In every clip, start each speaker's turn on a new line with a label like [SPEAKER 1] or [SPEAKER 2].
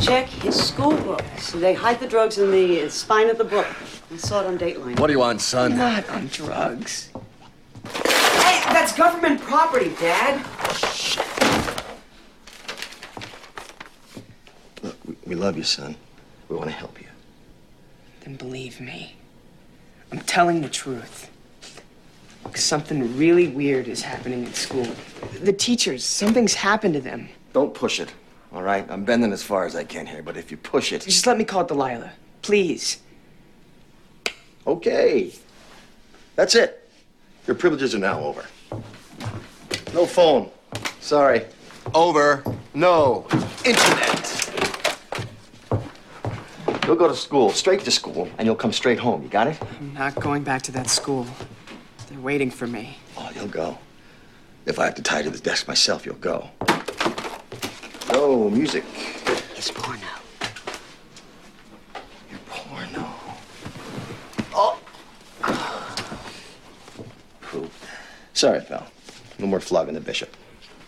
[SPEAKER 1] check his schoolbook. So they hide the drugs in the spine of the book. I saw it on Dateline.
[SPEAKER 2] What do you want, son?
[SPEAKER 3] Not on drugs.
[SPEAKER 1] Hey, that's government property, Dad.
[SPEAKER 2] Look, we, we love you, son. We want to help you.
[SPEAKER 3] Then believe me. I'm telling the truth. 'Cause Something really weird is happening at school. The teachers, something's happened to them.
[SPEAKER 2] Don't push it, all right? I'm bending as far as I can here, but if you push it,
[SPEAKER 3] Just let me call Delilah, please.
[SPEAKER 2] okay. That's it. Your privileges are now over. No phone. Sorry. Over. No internet. You'll go to school, straight to school, and you'll come straight home. You got it?
[SPEAKER 3] I'm not going back to that school. They're waiting for me.
[SPEAKER 2] Oh, you'll go. If I have to tie you to the desk myself, you'll go. No music.
[SPEAKER 1] It's porno.
[SPEAKER 2] You're porno. Oh. Poop. Sorry, pal. No more flogging the bishop.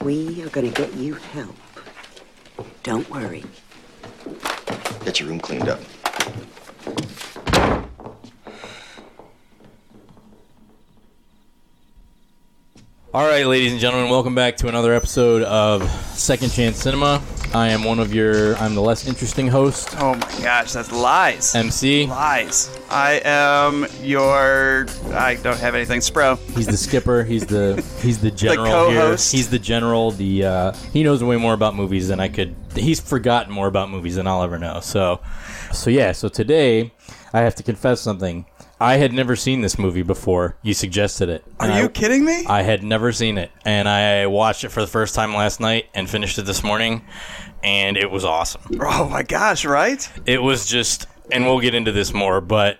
[SPEAKER 1] We are gonna get you help. Don't worry.
[SPEAKER 2] Get your room cleaned up.
[SPEAKER 4] All right, ladies and gentlemen, welcome back to another episode of Second Chance Cinema. I am one of your, I'm the less interesting host,
[SPEAKER 5] Oh my gosh, that's lies.
[SPEAKER 4] MC.
[SPEAKER 5] lies. I am your. I don't have anything. Spro.
[SPEAKER 4] He's the skipper. He's the he's the general here.
[SPEAKER 5] co-host.
[SPEAKER 4] He's the general. The uh, he knows way more about movies than I could. He's forgotten more about movies than I'll ever know. So, so yeah. So today, I have to confess something. I had never seen this movie before. You suggested it.
[SPEAKER 5] Are
[SPEAKER 4] And
[SPEAKER 5] you
[SPEAKER 4] I-
[SPEAKER 5] kidding me?
[SPEAKER 4] I had never seen it, and I watched it for the first time last night and finished it this morning, and it was awesome.
[SPEAKER 5] oh my gosh, right?
[SPEAKER 4] It was just, and we'll get into this more, but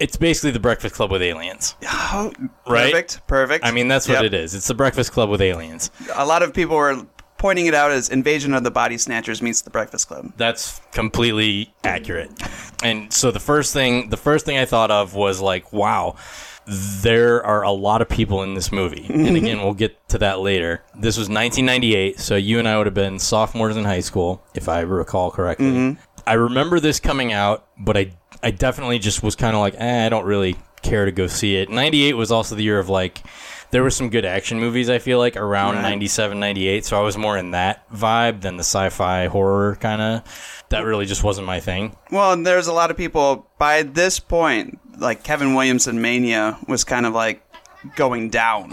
[SPEAKER 4] it's basically the Breakfast Club with aliens.
[SPEAKER 5] Oh,
[SPEAKER 4] Right?
[SPEAKER 5] Perfect. Perfect.
[SPEAKER 4] I mean, that's what
[SPEAKER 5] Yep.
[SPEAKER 4] it is. It's the Breakfast Club with aliens.
[SPEAKER 5] A lot of people were pointing it out as Invasion of the Body Snatchers meets The Breakfast Club.
[SPEAKER 4] That's completely accurate. And so the first thing, the first thing I thought of was like, wow, there are a lot of people in this movie. And again, we'll get to that later. This was 1998, so you and I would have been sophomores in high school, if I recall correctly. I remember this coming out, but I, I definitely just was kind of like, eh, I don't really care to go see it. 98 was also the year of like, there were some good action movies i feel like around 97 98 so i was more in that vibe than the sci-fi horror kind of that really just wasn't my thing
[SPEAKER 5] Well, and there's a lot of people by this point, like Kevin Williamson Mania was kind of like going down.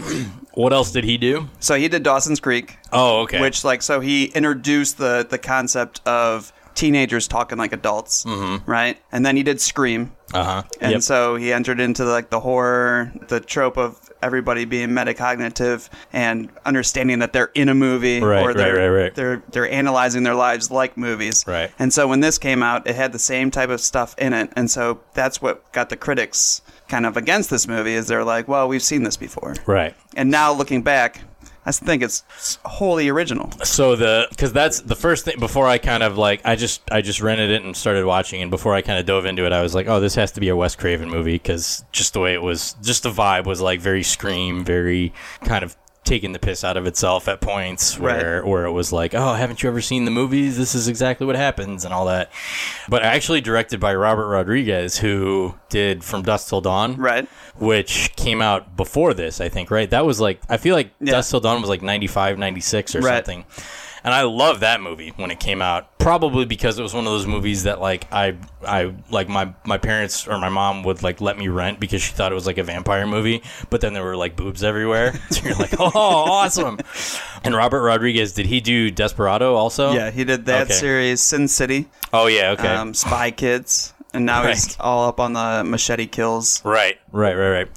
[SPEAKER 4] what else did he do
[SPEAKER 5] so he did Dawson's Creek,
[SPEAKER 4] oh okay
[SPEAKER 5] which like so he introduced the the concept of teenagers talking like adults, mm-hmm. right? And then he did Scream,
[SPEAKER 4] uh-huh
[SPEAKER 5] and
[SPEAKER 4] yep.
[SPEAKER 5] so he entered into like the horror, the trope of everybody being metacognitive and understanding that they're in a movie
[SPEAKER 4] Right,
[SPEAKER 5] or
[SPEAKER 4] right,
[SPEAKER 5] they're
[SPEAKER 4] right, right.
[SPEAKER 5] they're they're analyzing their lives like movies.
[SPEAKER 4] Right.
[SPEAKER 5] And so when this came out, it had the same type of stuff in it, and so that's what got the critics kind of against this movie is they're like, well, we've seen this before.
[SPEAKER 4] right
[SPEAKER 5] And now looking back, I think it's wholly original.
[SPEAKER 4] so the because that's the first thing before i kind of like i just i just rented it and started watching and before i kind of dove into it i was like oh this has to be a wes craven movie because just the way it was just the vibe was like very scream very kind of taking the piss out of itself at points where where it was like oh haven't you ever seen the movies this is exactly what happens and all that but actually directed by robert rodriguez who did from dusk till dawn
[SPEAKER 5] Right.
[SPEAKER 4] which came out before this, I think, right? That was like, I feel like Dust Till Dawn was like 95, 96 or
[SPEAKER 5] Right.
[SPEAKER 4] something. And I love that movie when it came out, probably because it was one of those movies that like I, I like my my parents or my mom would like let me rent because she thought it was like a vampire movie, but then there were like boobs everywhere. So you're like, oh, awesome! And Robert Rodriguez, did he do Desperado also?
[SPEAKER 5] Yeah, he did that
[SPEAKER 4] Okay.
[SPEAKER 5] series, Sin City,
[SPEAKER 4] Oh yeah, okay.
[SPEAKER 5] um, Spy Kids, and now he's
[SPEAKER 4] Right.
[SPEAKER 5] all up on the machete kills.
[SPEAKER 4] Right, right, right, right.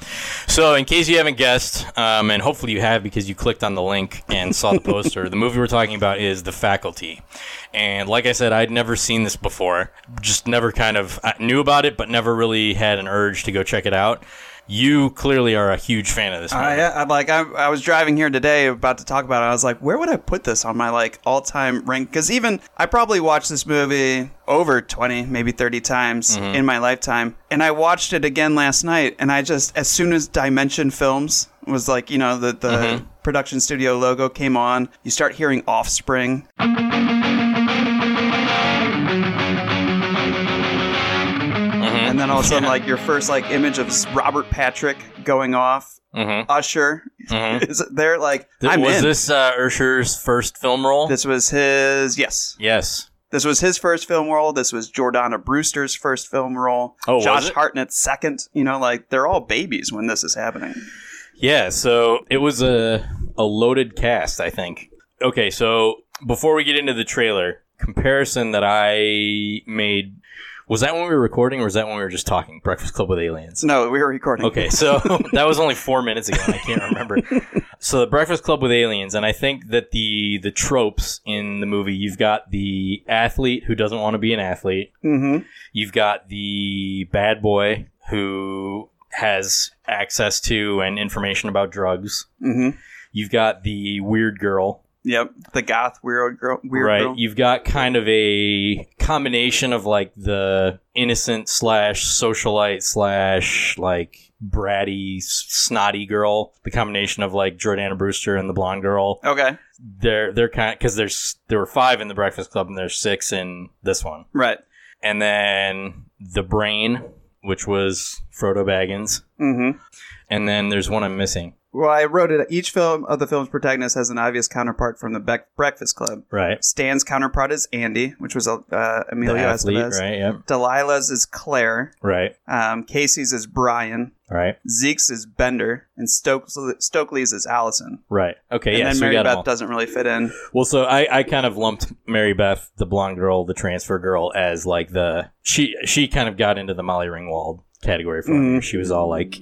[SPEAKER 4] So, in case you haven't guessed, um, and hopefully you have because you clicked on the link and saw the poster, the movie we're talking about is The Faculty. And like I said, I'd never seen this before. Just never kind of I knew about it, but never really had an urge to go check it out. You clearly are a huge fan of this movie.
[SPEAKER 5] I, I Uh, like I, I was driving here today about to talk about it. I was like, where would I put this on my like all time rank? Because even I probably watched this movie over twenty, maybe thirty times
[SPEAKER 4] Mm-hmm.
[SPEAKER 5] in my lifetime, and I watched it again last night. And I just as soon as Dimension Films was like, you know, the the
[SPEAKER 4] Mm-hmm.
[SPEAKER 5] production studio logo came on, you start hearing Offspring.
[SPEAKER 4] Mm-hmm.
[SPEAKER 5] and then all of a sudden, like your first like image of s- Robert Patrick going off, Usher is there. Like
[SPEAKER 4] Th-
[SPEAKER 5] I'm
[SPEAKER 4] Mm-hmm. was
[SPEAKER 5] in.
[SPEAKER 4] this uh, Ursher's first film role?
[SPEAKER 5] This was his yes.
[SPEAKER 4] yes.
[SPEAKER 5] This was his first film role. This was Jordana Brewster's first film role.
[SPEAKER 4] Oh, was
[SPEAKER 5] Josh
[SPEAKER 4] it?
[SPEAKER 5] Hartnett's second. You know, like they're all babies when this is happening.
[SPEAKER 4] Yeah, so it was a a loaded cast, I think. Okay, so before we get into the trailer, comparison that I made was that when we were recording or was that when we were just talking? Breakfast Club with Aliens.
[SPEAKER 5] No, we were recording.
[SPEAKER 4] Okay, so that was only four minutes ago. And I can't remember. so the Breakfast Club with aliens, and I think that the the tropes in the movie you've got the athlete who doesn't want to be an athlete.
[SPEAKER 5] Mm-hmm.
[SPEAKER 4] You've got the bad boy who has access to and information about drugs.
[SPEAKER 5] Mm-hmm.
[SPEAKER 4] You've got the weird girl,
[SPEAKER 5] Yep. The goth weird girl. Weird
[SPEAKER 4] right?
[SPEAKER 5] Girl.
[SPEAKER 4] You've got kind of a combination of like the innocent slash socialite slash like bratty s- snotty girl. The combination of like Jordana Brewster and the blonde girl.
[SPEAKER 5] okay.
[SPEAKER 4] They're they're kind because there's there were five in the Breakfast Club and there's six in this one.
[SPEAKER 5] Right.
[SPEAKER 4] and then the brain, which was Frodo Baggins,
[SPEAKER 5] Mm-hmm.
[SPEAKER 4] and then there's one I'm missing.
[SPEAKER 5] Well, I wrote it. Each film of the film's protagonist has an obvious counterpart from the Bec- Breakfast Club.
[SPEAKER 4] Right.
[SPEAKER 5] Stan's counterpart is Andy, which was uh,
[SPEAKER 4] The
[SPEAKER 5] Emilio
[SPEAKER 4] athlete,
[SPEAKER 5] Estevez.
[SPEAKER 4] right? Yep.
[SPEAKER 5] Delilah's is Claire.
[SPEAKER 4] Right.
[SPEAKER 5] Um, Casey's is Brian.
[SPEAKER 4] Right.
[SPEAKER 5] Zeke's is Bender, and Stokes- Stokely's is Allison.
[SPEAKER 4] Right. Okay.
[SPEAKER 5] and
[SPEAKER 4] yeah.
[SPEAKER 5] then
[SPEAKER 4] So we
[SPEAKER 5] Mary
[SPEAKER 4] got 'em
[SPEAKER 5] Beth
[SPEAKER 4] all.
[SPEAKER 5] doesn't really fit in.
[SPEAKER 4] Well, so I, I kind of lumped Mary Beth, the blonde girl, the transfer girl, as like the she she kind of got into the Molly Ringwald category for
[SPEAKER 5] Mm.
[SPEAKER 4] me. She was all like,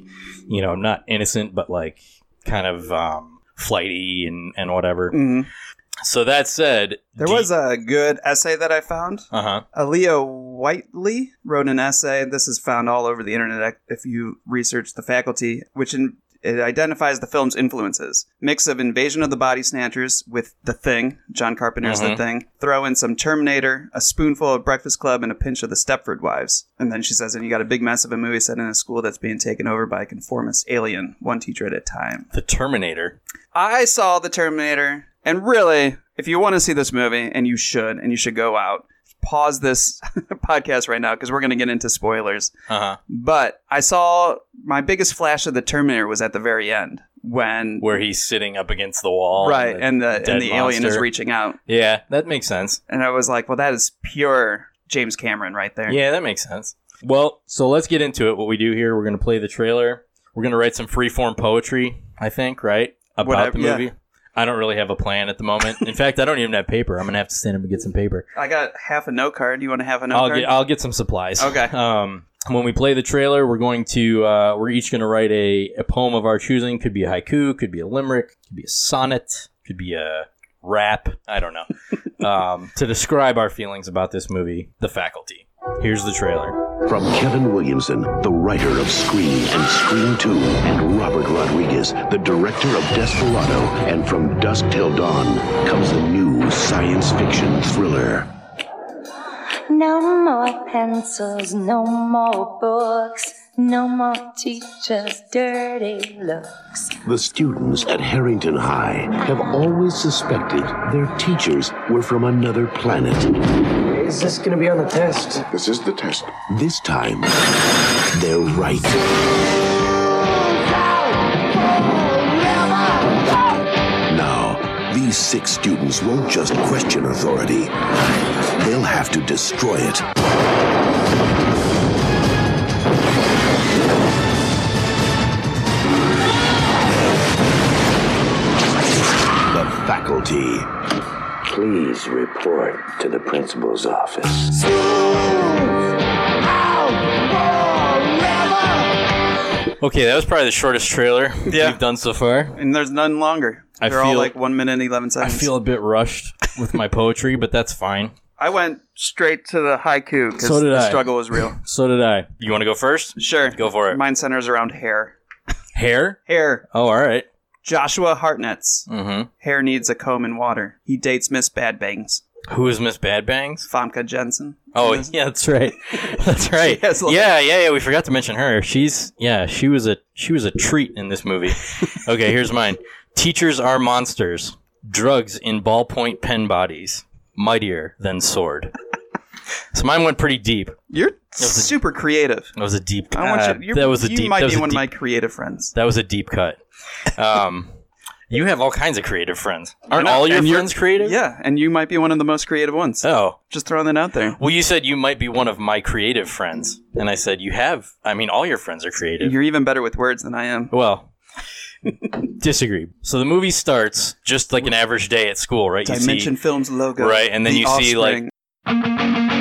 [SPEAKER 4] you know, not innocent, but like kind of um, flighty and and whatever.
[SPEAKER 5] Mhm.
[SPEAKER 4] So that said,
[SPEAKER 5] There was a good essay that I found.
[SPEAKER 4] uh huh.
[SPEAKER 5] Aaliyah Whiteley wrote an essay. This is found all over the internet if you research the faculty, which in, it identifies the film's influences. Mix of Invasion of the Body Snatchers with The Thing, John Carpenter's The
[SPEAKER 4] Mhm.
[SPEAKER 5] Thing. Throw in some Terminator, a spoonful of Breakfast Club, and a pinch of The Stepford Wives. And then she says, and you got a big mess of a movie set in a school that's being taken over by a conformist alien, one teacher at a time.
[SPEAKER 4] The Terminator.
[SPEAKER 5] I saw The Terminator, and really, if you want to see this movie, and you should, and you should go out, pause this podcast right now because we're going to get into spoilers.
[SPEAKER 4] Uh huh.
[SPEAKER 5] But I saw my biggest flash of The Terminator was at the very end when.
[SPEAKER 4] where he's sitting up against the wall.
[SPEAKER 5] Right, and the
[SPEAKER 4] dead
[SPEAKER 5] and the alien is
[SPEAKER 4] monster.
[SPEAKER 5] reaching out,
[SPEAKER 4] Yeah, that makes sense.
[SPEAKER 5] and I was like, "Well, that is pure James Cameron right there."
[SPEAKER 4] Yeah, that makes sense. Well, so let's get into it. What we do here, we're going to play the trailer. We're going to write some freeform poetry, I think, right? About
[SPEAKER 5] Whatever,
[SPEAKER 4] the
[SPEAKER 5] yeah.
[SPEAKER 4] movie. I don't really have a plan at the moment. In fact, I don't even have paper. I'm going to have to stand up and get some paper.
[SPEAKER 5] I got half a note card. You want to have a note
[SPEAKER 4] I'll
[SPEAKER 5] card?
[SPEAKER 4] get I'll get some supplies.
[SPEAKER 5] Okay.
[SPEAKER 4] Um, when we play the trailer, we're going to uh, we're each going to write a, a poem of our choosing. Could be a haiku, could be a limerick, could be a sonnet, could be a rap. I don't know. um, to describe our feelings about this movie, The Faculty. Here's the trailer.
[SPEAKER 6] From Kevin Williamson, the writer of Scream and Scream 2, and Robert Rodriguez, the director of Desperado, and From Dusk Till Dawn, comes the new science fiction thriller.
[SPEAKER 7] No more pencils, no more books, no more teachers' dirty looks.
[SPEAKER 6] The students at Harrington High have always suspected their teachers were from another planet.
[SPEAKER 3] Is this gonna be on the test?
[SPEAKER 6] This is the test. This time, they're right. Now, these six students won't just question authority, they'll have to destroy it. The faculty. Please report to the principal's office.
[SPEAKER 4] Okay, that was probably the shortest trailer
[SPEAKER 5] Yeah.
[SPEAKER 4] we've done so far.
[SPEAKER 5] and there's none longer.
[SPEAKER 4] I
[SPEAKER 5] They're all
[SPEAKER 4] feel-
[SPEAKER 5] like one minute and eleven
[SPEAKER 4] I
[SPEAKER 5] seconds.
[SPEAKER 4] feel a bit rushed with my poetry, but that's fine.
[SPEAKER 5] I went straight to the haiku because
[SPEAKER 4] So did
[SPEAKER 5] the
[SPEAKER 4] I.
[SPEAKER 5] struggle was real.
[SPEAKER 4] So did I. You want to go first?
[SPEAKER 5] Sure,
[SPEAKER 4] Go for it.
[SPEAKER 5] Mine centers around hair.
[SPEAKER 4] Hair?
[SPEAKER 5] Hair.
[SPEAKER 4] Oh, all right.
[SPEAKER 5] Joshua Hartnett's
[SPEAKER 4] Mm-hmm.
[SPEAKER 5] hair needs a comb and water. He dates Miss Bad Bangs.
[SPEAKER 4] Who is Miss Bad Bangs?
[SPEAKER 5] Famke Jensen.
[SPEAKER 4] Oh yeah, that's right. That's right.
[SPEAKER 5] She has, like-
[SPEAKER 4] yeah, yeah, yeah. We forgot to mention her. She's yeah, she was a she was a treat in this movie. okay, here's mine. Teachers are monsters. Drugs in ballpoint pen bodies, mightier than sword. So mine went pretty deep.
[SPEAKER 5] You're super creative.
[SPEAKER 4] That was a deep.
[SPEAKER 5] I want
[SPEAKER 4] uh,
[SPEAKER 5] you. You're,
[SPEAKER 4] that was a
[SPEAKER 5] you
[SPEAKER 4] deep.
[SPEAKER 5] might
[SPEAKER 4] that was
[SPEAKER 5] be
[SPEAKER 4] a
[SPEAKER 5] one of
[SPEAKER 4] deep-
[SPEAKER 5] my creative friends.
[SPEAKER 4] That was a deep cut. Um, you have all kinds of creative friends. Aren't all your
[SPEAKER 5] And you're-
[SPEAKER 4] friends creative?
[SPEAKER 5] Yeah, and you might be one of the most creative ones.
[SPEAKER 4] Oh.
[SPEAKER 5] Just throwing that out there.
[SPEAKER 4] Well, you said you might be one of my creative friends. And I said, you have. I mean, all your friends are creative.
[SPEAKER 5] You're even better with words than I am.
[SPEAKER 4] well, disagree. So the movie starts just like an average day at school, right? You see-
[SPEAKER 5] Dimension Films logo.
[SPEAKER 4] Right, and then
[SPEAKER 5] The
[SPEAKER 4] you see, like-
[SPEAKER 5] Offspring.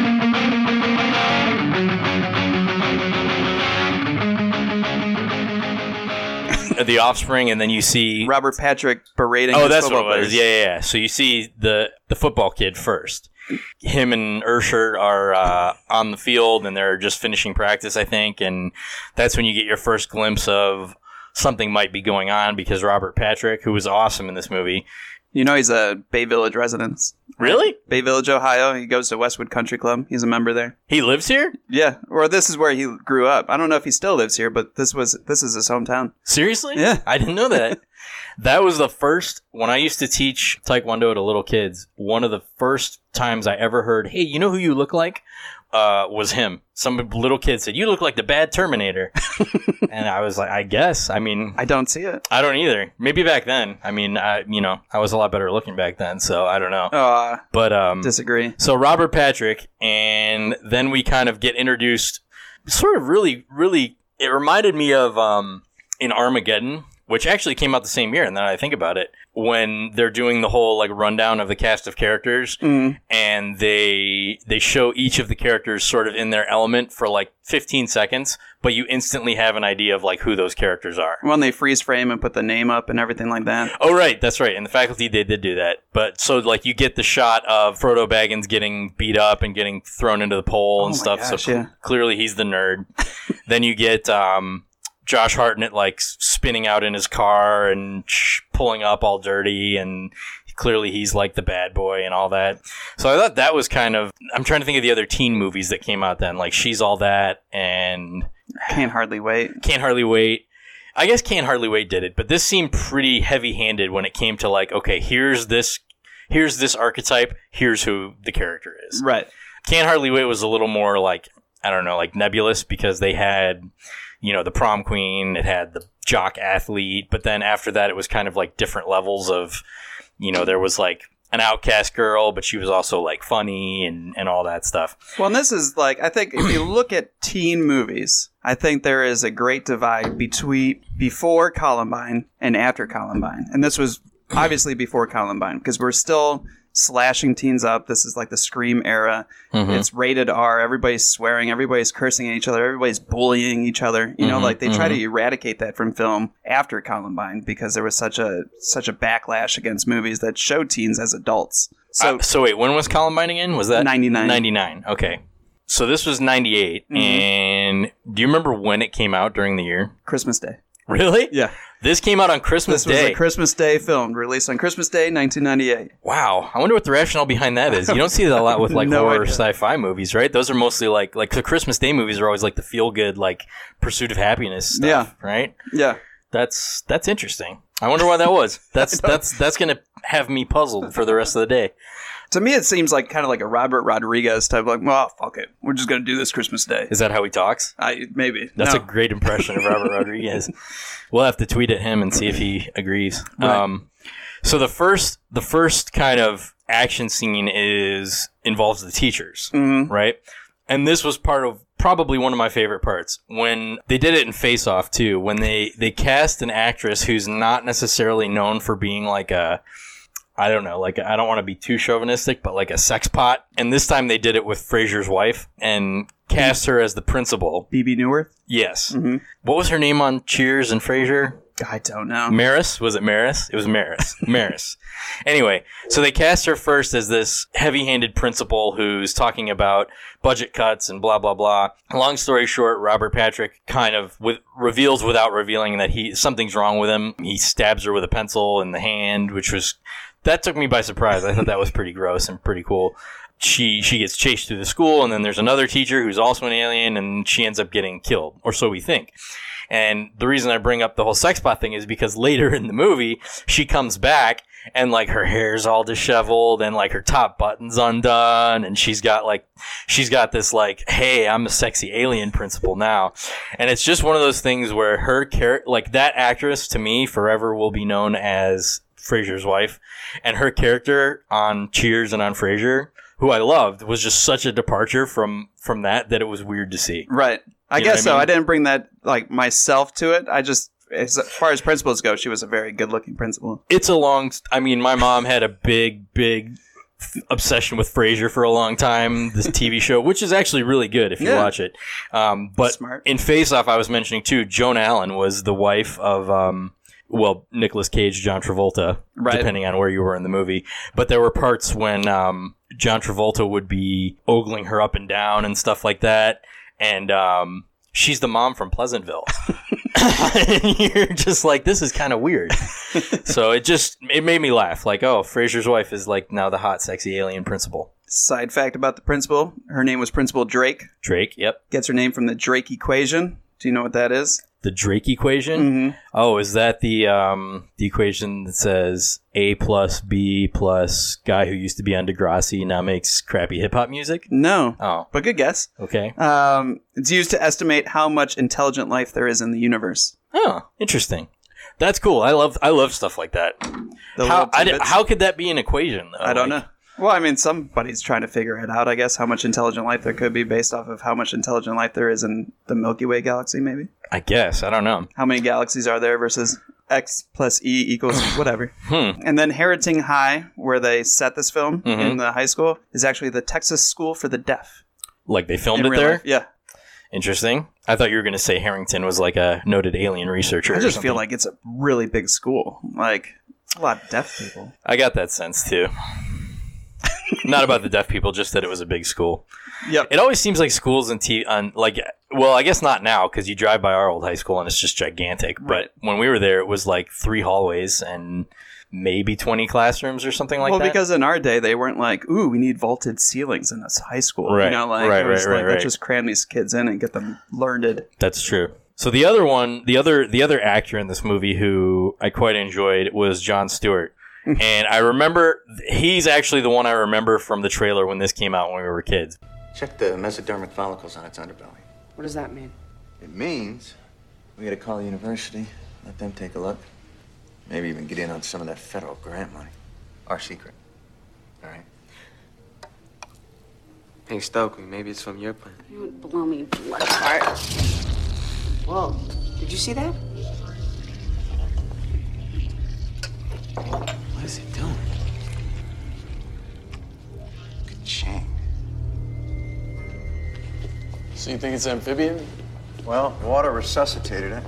[SPEAKER 4] the offspring, and then you see.
[SPEAKER 5] Robert Patrick berating.
[SPEAKER 4] Oh,
[SPEAKER 5] his
[SPEAKER 4] that's what
[SPEAKER 5] football
[SPEAKER 4] it was.
[SPEAKER 5] players.
[SPEAKER 4] Yeah, yeah, yeah. So you see the the football kid first. Him and Ursher are uh, on the field, and they're just finishing practice, I think. And that's when you get your first glimpse of something might be going on because Robert Patrick, who was awesome in this movie,
[SPEAKER 5] You know he's a Bay Village resident.
[SPEAKER 4] really
[SPEAKER 5] Bay Village, Ohio. He goes to Westwood Country Club. He's a member there.
[SPEAKER 4] he lives here.
[SPEAKER 5] Yeah, or this is where he grew up. I don't know if he still lives here, but this was this is his hometown.
[SPEAKER 4] Seriously?
[SPEAKER 5] Yeah.
[SPEAKER 4] I didn't know that. that was the first when I used to teach Taekwondo to little kids, one of the first times I ever heard, Hey, you know who you look like? Uh, was him. Some little kid said, You look like the bad Terminator. and I was like, I guess. I mean
[SPEAKER 5] I don't see it.
[SPEAKER 4] I don't either. Maybe back then. I mean, I you know, I was a lot better looking back then, so I don't know.
[SPEAKER 5] Uh,
[SPEAKER 4] But um
[SPEAKER 5] disagree.
[SPEAKER 4] so Robert Patrick, and then we kind of get introduced. Sort of really, really, it reminded me of um, in Armageddon, which actually came out the same year. And then I think about it, when they're doing the whole like rundown of the cast of characters, and they they show each of the characters sort of in their element for like 15 seconds, but you instantly have an idea of like who those characters are.
[SPEAKER 5] When they freeze frame and put the name up and everything like that.
[SPEAKER 4] Oh right, that's right. In the faculty, they did do that. But so like you get the shot of Frodo Baggins getting beat up and getting thrown into the pole and
[SPEAKER 5] Oh, my
[SPEAKER 4] stuff. so
[SPEAKER 5] gosh,
[SPEAKER 4] cl-
[SPEAKER 5] yeah.
[SPEAKER 4] clearly he's the nerd. then you get um, Josh Hartnett like s- spinning out in his car and sh- pulling up all dirty and. Clearly, he's like the bad boy and all that. So I thought that was kind of. I'm trying to think of the other teen movies that came out then, like She's All That and
[SPEAKER 5] Can't hardly wait.
[SPEAKER 4] can't hardly wait. I guess can't hardly wait did it, but this seemed pretty heavy-handed when it came to like, okay, here's this, here's this archetype, here's who the character is.
[SPEAKER 5] Right.
[SPEAKER 4] Can't hardly wait was a little more like I don't know, like nebulous because they had, you know, the prom queen, it had the jock athlete, but then after that it was kind of like different levels of, you know, there was like an outcast girl, but she was also like funny and and all that stuff.
[SPEAKER 5] Well, and this is like I think if you look at teen movies, I think there is a great divide between before Columbine and after Columbine, and this was obviously before Columbine because we're still slashing teens up. This is like the Scream era. It's rated R. Everybody's swearing. Everybody's cursing at each other. Everybody's bullying each other. You know, like they try to eradicate that from film after Columbine because there was such a such a backlash against movies that showed teens as adults. So
[SPEAKER 4] Uh, so wait, when was Columbine again? Was that
[SPEAKER 5] 99.
[SPEAKER 4] 99. Okay. So this was 98
[SPEAKER 5] Mm-hmm.
[SPEAKER 4] and do you remember when it came out during the year?
[SPEAKER 5] Christmas Day.
[SPEAKER 4] Really?
[SPEAKER 5] Yeah.
[SPEAKER 4] This came out on Christmas
[SPEAKER 5] This was
[SPEAKER 4] Day.
[SPEAKER 5] a Christmas Day film released on Christmas Day, 1998.
[SPEAKER 4] wow. I wonder what the rationale behind that is. You don't see that a lot with like
[SPEAKER 5] No
[SPEAKER 4] horror
[SPEAKER 5] idea.
[SPEAKER 4] sci-fi movies, right? Those are mostly like like the Christmas Day movies are always like the feel good like pursuit of happiness stuff, right?
[SPEAKER 5] Yeah.
[SPEAKER 4] That's that's interesting. I wonder why that was. That's that's that's going to have me puzzled for the rest of the day.
[SPEAKER 5] To me, it seems like kind of like a Robert Rodriguez type, like, well, fuck it. We're just going to do this Christmas Day.
[SPEAKER 4] Is that how he talks?
[SPEAKER 5] I, maybe.
[SPEAKER 4] That's
[SPEAKER 5] No.
[SPEAKER 4] a great impression of Robert Rodriguez. We'll have to tweet at him and see if he agrees. Um, so the first, the first kind of action scene is involves the teachers, right? And this was part of probably one of my favorite parts when they did it in Face Off too. When they they cast an actress who's not necessarily known for being like a I don't know, like I don't want to be too chauvinistic, but like a sex pot. And this time they did it with Frasier's wife and cast her as the principal.
[SPEAKER 5] BB Newirth?
[SPEAKER 4] Yes. What was her name on Cheers and Frasier?
[SPEAKER 5] I don't know.
[SPEAKER 4] Maris? Was it Maris? It was Maris. Maris. Anyway, so they cast her first as this heavy handed principal who's talking about budget cuts and blah, blah, blah. Long story short, Robert Patrick kind of with, reveals without revealing that he something's wrong with him. He stabs her with a pencil in the hand, which was. That took me by surprise. I thought that was pretty gross and pretty cool she she gets chased through the school and then there's another teacher who's also an alien and she ends up getting killed or so we think and the reason i bring up the whole sex bot thing is because later in the movie she comes back and like her hair's all disheveled and like her top button's undone and she's got like she's got this like hey i'm a sexy alien principle now and it's just one of those things where her character like that actress to me forever will be known as frasier's wife and her character on cheers and on frasier who i loved was just such a departure from from that that it was weird to see
[SPEAKER 5] Right. I
[SPEAKER 4] You know
[SPEAKER 5] guess
[SPEAKER 4] what I
[SPEAKER 5] so.
[SPEAKER 4] mean?
[SPEAKER 5] I didn't bring that like myself to it. I just as far as principals go, she was a very good looking principal.
[SPEAKER 4] it's a long. I mean, my mom had a big, big obsession with Frasier for a long time. This TV show, which is actually really good if you
[SPEAKER 5] Yeah.
[SPEAKER 4] watch it. Um, but
[SPEAKER 5] Smart.
[SPEAKER 4] in Face Off, I was mentioning too. Joan Allen was the wife of. Um, well, Nicolas Cage, John Travolta,
[SPEAKER 5] Right.
[SPEAKER 4] depending on where you were in the movie. But there were parts when um, John Travolta would be ogling her up and down and stuff like that. And um, she's the mom from Pleasantville. and you're just like, this is kind of weird. so it just it made me laugh. Like, oh, Frasier's wife is like now the hot, sexy alien principal.
[SPEAKER 5] Side fact about the principal: her name was Principal Drake.
[SPEAKER 4] Drake, yep.
[SPEAKER 5] Gets her name from the Drake equation. Do you know what that is?
[SPEAKER 4] The Drake equation.
[SPEAKER 5] Mm-hmm.
[SPEAKER 4] Oh, is that the um, the equation that says A plus B plus guy who used to be on Degrassi now makes crappy hip hop music?
[SPEAKER 5] No,
[SPEAKER 4] Oh,
[SPEAKER 5] but good guess.
[SPEAKER 4] okay.
[SPEAKER 5] Um, it's used to estimate how much intelligent life there is in the universe.
[SPEAKER 4] Oh, interesting. That's cool. I love I love stuff like that.
[SPEAKER 5] The
[SPEAKER 4] How
[SPEAKER 5] little
[SPEAKER 4] I di-
[SPEAKER 5] tidbits.
[SPEAKER 4] how could that be an equation? Though?
[SPEAKER 5] I don't
[SPEAKER 4] Like,
[SPEAKER 5] know. Well, I mean, somebody's trying to figure it out, I guess, how much intelligent life there could be based off of how much intelligent life there is in the Milky Way galaxy, maybe.
[SPEAKER 4] I guess I don't know.
[SPEAKER 5] How many galaxies are there versus X plus E equals whatever.
[SPEAKER 4] Hmm.
[SPEAKER 5] And then Heriting High, where they set this film
[SPEAKER 4] Mm-hmm.
[SPEAKER 5] in the high school, is actually the Texas School for the Deaf.
[SPEAKER 4] Like they
[SPEAKER 5] in
[SPEAKER 4] filmed it
[SPEAKER 5] real
[SPEAKER 4] there.
[SPEAKER 5] life. Yeah.
[SPEAKER 4] Interesting. I thought you were going to say Harrington was like a noted alien researcher.
[SPEAKER 5] I
[SPEAKER 4] or
[SPEAKER 5] just
[SPEAKER 4] something.
[SPEAKER 5] feel like it's a really big school. Like, it's a lot of deaf people.
[SPEAKER 4] I got that sense too. Not about the deaf people, just that it was a big school.
[SPEAKER 5] Yep.
[SPEAKER 4] It always seems like schools and t on like well, I guess not now because you drive by our old high school and it's just gigantic.
[SPEAKER 5] Right.
[SPEAKER 4] But when we were there, it was like three hallways and maybe twenty classrooms or something like
[SPEAKER 5] well,
[SPEAKER 4] that.
[SPEAKER 5] because in our day they weren't like, "Ooh, we need vaulted ceilings in this high school." You
[SPEAKER 4] Right,
[SPEAKER 5] know, like
[SPEAKER 4] right,
[SPEAKER 5] it was
[SPEAKER 4] right,
[SPEAKER 5] like,
[SPEAKER 4] right,
[SPEAKER 5] Let's
[SPEAKER 4] right.
[SPEAKER 5] just cram these kids in and get them learned.
[SPEAKER 4] That's true. So the other one, the other the other actor in this movie who I quite enjoyed was John Stewart.
[SPEAKER 5] Hmm.
[SPEAKER 4] and I remember he's actually the one I remember from the trailer when this came out when we were kids.
[SPEAKER 8] Check the mesodermic follicles on its underbelly.
[SPEAKER 3] What does that mean?
[SPEAKER 8] It means we gotta call the university, let them take a look. Maybe even get in on some of that federal grant money. Our secret. All right?
[SPEAKER 9] Hank Stokely, maybe it's from your plan.
[SPEAKER 1] You would blow me blood apart. Whoa, did you see that?
[SPEAKER 8] What is it doing? Good chang.
[SPEAKER 10] So you think it's amphibian?
[SPEAKER 8] Well, the water resuscitated it.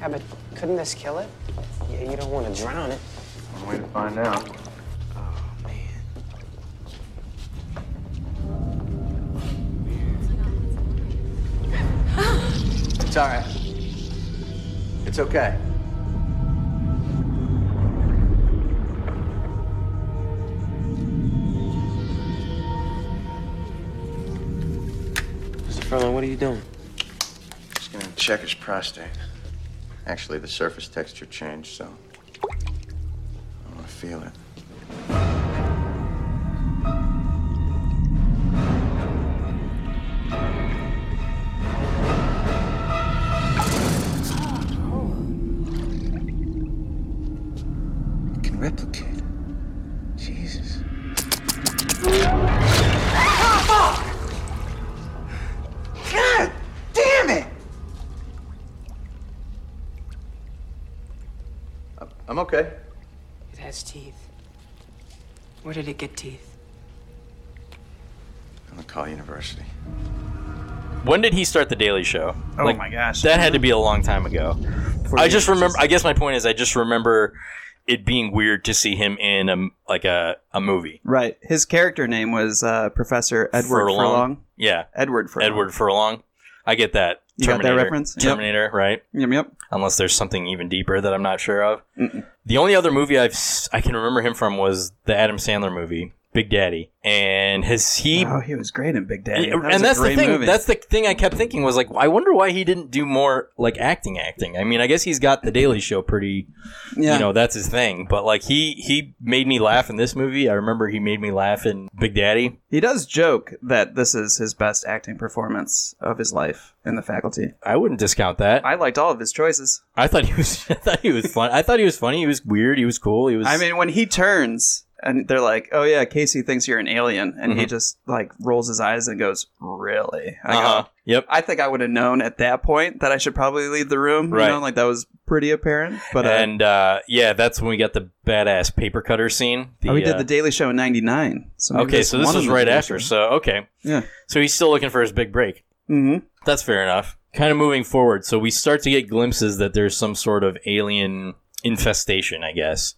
[SPEAKER 3] Yeah, but couldn't this kill it? Yeah, you don't want to drown it.
[SPEAKER 8] One way to find out. Oh, It's all right. It's okay.
[SPEAKER 10] Mr. Furlong, what are you doing?
[SPEAKER 8] Just gonna check his prostate. Actually, the surface texture changed, so I wanna feel it. It can replicate. Jesus. God damn it! I'm okay.
[SPEAKER 3] It has teeth. Where did it get teeth?
[SPEAKER 8] I'm gonna call university.
[SPEAKER 4] When did he start the Daily Show?
[SPEAKER 5] Oh my gosh.
[SPEAKER 4] that had to be a long time ago. I just remember. I guess my point is, I just remember it being weird to see him in a like a, a movie.
[SPEAKER 5] Right. His character name was uh, Professor Edward Furlong.
[SPEAKER 4] yeah,
[SPEAKER 5] Edward Furlong.
[SPEAKER 4] Edward Furlong. I get that.
[SPEAKER 5] You got that
[SPEAKER 4] Terminator.
[SPEAKER 5] reference? Yep.
[SPEAKER 4] Terminator, right?
[SPEAKER 5] Yep. Yep.
[SPEAKER 4] unless there's something even deeper that I'm not sure of. The only other movie I've s- I can remember him from was the Adam Sandler movie Big Daddy, and has he?
[SPEAKER 5] Oh, he was great in Big Daddy.
[SPEAKER 4] and-
[SPEAKER 5] That was a
[SPEAKER 4] and that's the
[SPEAKER 5] great
[SPEAKER 4] thing.
[SPEAKER 5] movie.
[SPEAKER 4] That's the thing I kept thinking was like, I wonder why he didn't do more like acting, acting. I mean, I guess he's got the Daily Show pretty,
[SPEAKER 5] Yeah.
[SPEAKER 4] you know, that's his thing. But like he he made me laugh in this movie. I remember he made me laugh in Big Daddy.
[SPEAKER 5] He does joke that this is his best acting performance of his life in the faculty.
[SPEAKER 4] I wouldn't discount that. I,
[SPEAKER 5] I liked all of his choices.
[SPEAKER 4] thought he was I thought he was fun. I thought he was funny. He was weird. He was cool. He was.
[SPEAKER 5] I mean, when he turns and they're like, "Oh yeah, Casey thinks you're an alien," and
[SPEAKER 4] Mm-hmm.
[SPEAKER 5] he just like rolls his eyes and goes, "Really?" I, go,
[SPEAKER 4] uh-huh. Yep.
[SPEAKER 5] I think I would have known at that point that I should probably leave the room.
[SPEAKER 4] Right.
[SPEAKER 5] You know, like that was pretty apparent. But uh,
[SPEAKER 4] and uh, yeah, that's when we got the badass paper cutter scene. The,
[SPEAKER 5] oh, he did
[SPEAKER 4] uh,
[SPEAKER 5] the Daily Show in '99. So maybe
[SPEAKER 4] okay,
[SPEAKER 5] that's
[SPEAKER 4] so this
[SPEAKER 5] one
[SPEAKER 4] was
[SPEAKER 5] of the
[SPEAKER 4] right
[SPEAKER 5] Daily
[SPEAKER 4] after.
[SPEAKER 5] Show.
[SPEAKER 4] So okay,
[SPEAKER 5] Yeah.
[SPEAKER 4] so he's still looking for his big break.
[SPEAKER 5] hmm
[SPEAKER 4] That's fair enough. Kind of moving forward, so we start to get glimpses that there's some sort of alien infestation, I guess.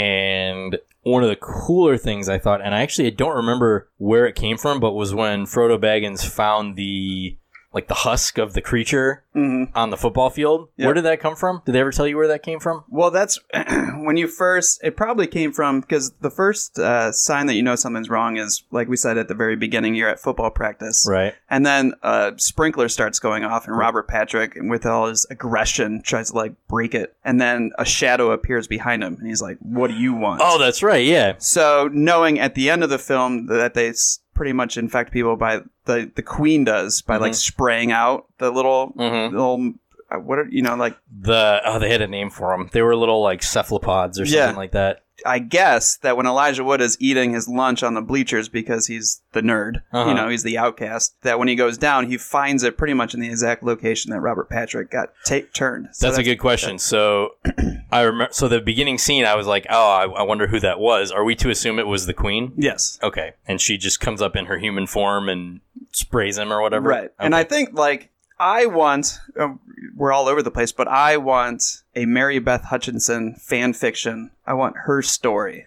[SPEAKER 4] And one of the cooler things I thought, and I actually I don't remember where it came from, but was when Frodo Baggins found the like the husk of the creature
[SPEAKER 5] hmm
[SPEAKER 4] on the football field.
[SPEAKER 5] Yep.
[SPEAKER 4] Where did that come from? Did they ever tell you where that came from?
[SPEAKER 5] Well, that's when you first. It probably came from because the first uh, sign that you know something's wrong is, like we said at the very beginning, you're at football practice,
[SPEAKER 4] Right.
[SPEAKER 5] and then a sprinkler starts going off, and Robert Patrick, with all his aggression, tries to like break it, and then a shadow appears behind him, and he's like, "What do you want?"
[SPEAKER 4] Oh, that's right. Yeah.
[SPEAKER 5] So knowing at the end of the film that they s- pretty much infect people by the the queen does by like
[SPEAKER 4] Mm-hmm.
[SPEAKER 5] spraying out the little
[SPEAKER 4] Mhm.
[SPEAKER 5] little uh, what are you know like
[SPEAKER 4] The oh, they had a name for them. They were little like cephalopods or something
[SPEAKER 5] Yeah.
[SPEAKER 4] like that.
[SPEAKER 5] I guess that when Elijah Wood is eating his lunch on the bleachers because he's the nerd,
[SPEAKER 4] Uh-huh.
[SPEAKER 5] you know, he's the outcast, that when he goes down, he finds it pretty much in the exact location that Robert Patrick got ta- turned. So
[SPEAKER 4] that's, a good question. So I remember. So the beginning scene, I was like, "Oh, I, I wonder who that was." Are we to assume it was the queen?
[SPEAKER 5] Yes.
[SPEAKER 4] Okay, and she just comes up in her human form and sprays him or whatever.
[SPEAKER 5] Right. And I
[SPEAKER 4] Okay.
[SPEAKER 5] think, like, I want, um, we're all over the place, but I want a Mary Beth Hutchinson fan fiction. I want her story.